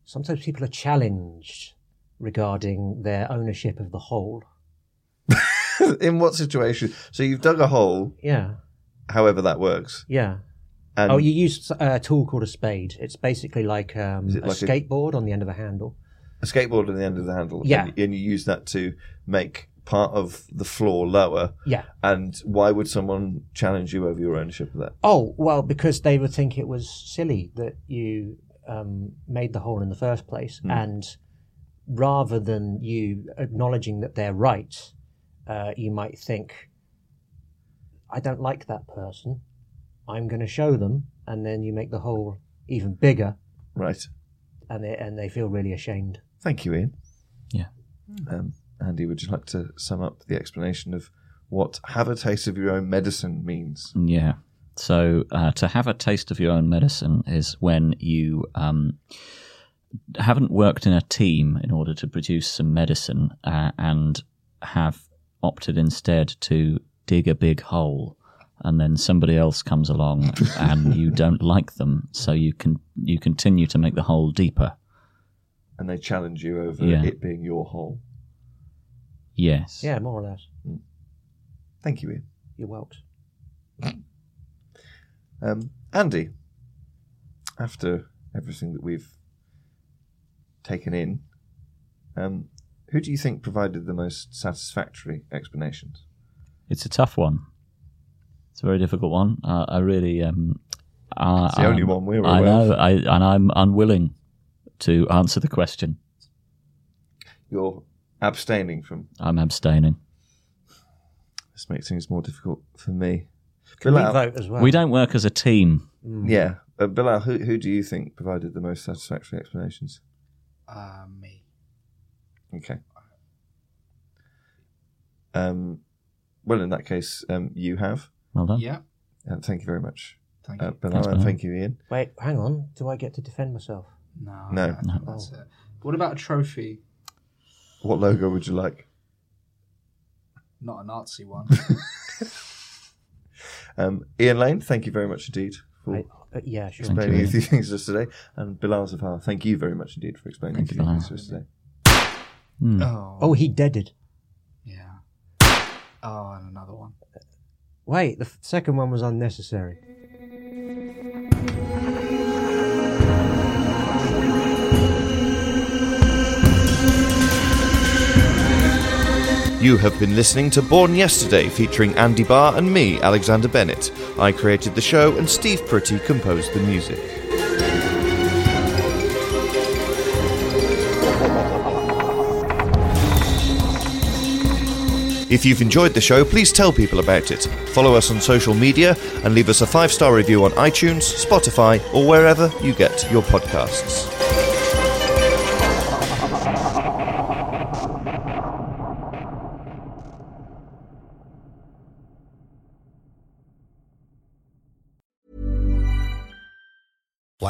sometimes people are challenged regarding their ownership of the whole. Eh. In what situation? So you've dug a hole, Yeah. however that works. Yeah. And oh, you use s- a tool called a spade. It's basically like um, Is it a like a- skateboard on the end of a handle. a skateboard at the end of the handle. Yeah. And, and you use that to make part of the floor lower. Yeah. And why would someone challenge you over your ownership of that? Oh well, because they would think it was silly that you um, made the hole in the first place, Hmm. and rather than you acknowledging that they're right, uh, you might think, "I don't like that person. I'm going to show them," and then you make the hole even bigger, Right. and they and they feel really ashamed. Thank you, Ian. Yeah. Um, Andy, would you like to sum up the explanation of what have a taste of your own medicine means? Yeah. So uh, to have a taste of your own medicine is when you um, haven't worked in a team in order to produce some medicine uh, and have opted instead to dig a big hole. And then somebody else comes along, and you don't like them, so you can you continue to make the hole deeper. And they challenge you over Yeah. it being your hole. Yes. Yeah, more or less. Thank you, Ian. You're whelped. Um, Andy, after everything that we've taken in, um, who do you think provided the most satisfactory explanations? It's a tough one. It's a very difficult one. Uh, I really. Um, I, It's the only I'm- one we're I aware know, of. I, and I'm unwilling to answer the question. You're abstaining from. I'm abstaining. This makes things more difficult for me. Can we Bilal- vote as well? Mm. We don't work as a team. Yeah. Uh, Bilal, who, who do you think provided the most satisfactory explanations? Uh, me. Okay. Um, well, in that case, um, you have. Well done. Yeah. Uh, thank you very much. Thank Uh, you. Bernard, Thanks, and Bernard. thank you, Ian. Wait, hang on. Do I get to defend myself? No. No. That's it. What about a trophy? What logo would you like? Not a Nazi one. Um, Ian Lane, thank you very much indeed for uh, yeah, sure. Thank explaining you. a few things to us today. And Bilal Zafar, thank you very much indeed for explaining a few things to us today. Hmm. Oh. Oh, he deaded. Oh, and another one. Wait, the f- second one was unnecessary. You have been listening to Born Yesterday featuring Andy Barr and me, Alexander Bennett. I created the show and Steve Pretty composed the music. If you've enjoyed the show, please tell people about it. Follow us on social media and leave us a five star review on iTunes, Spotify, or wherever you get your podcasts.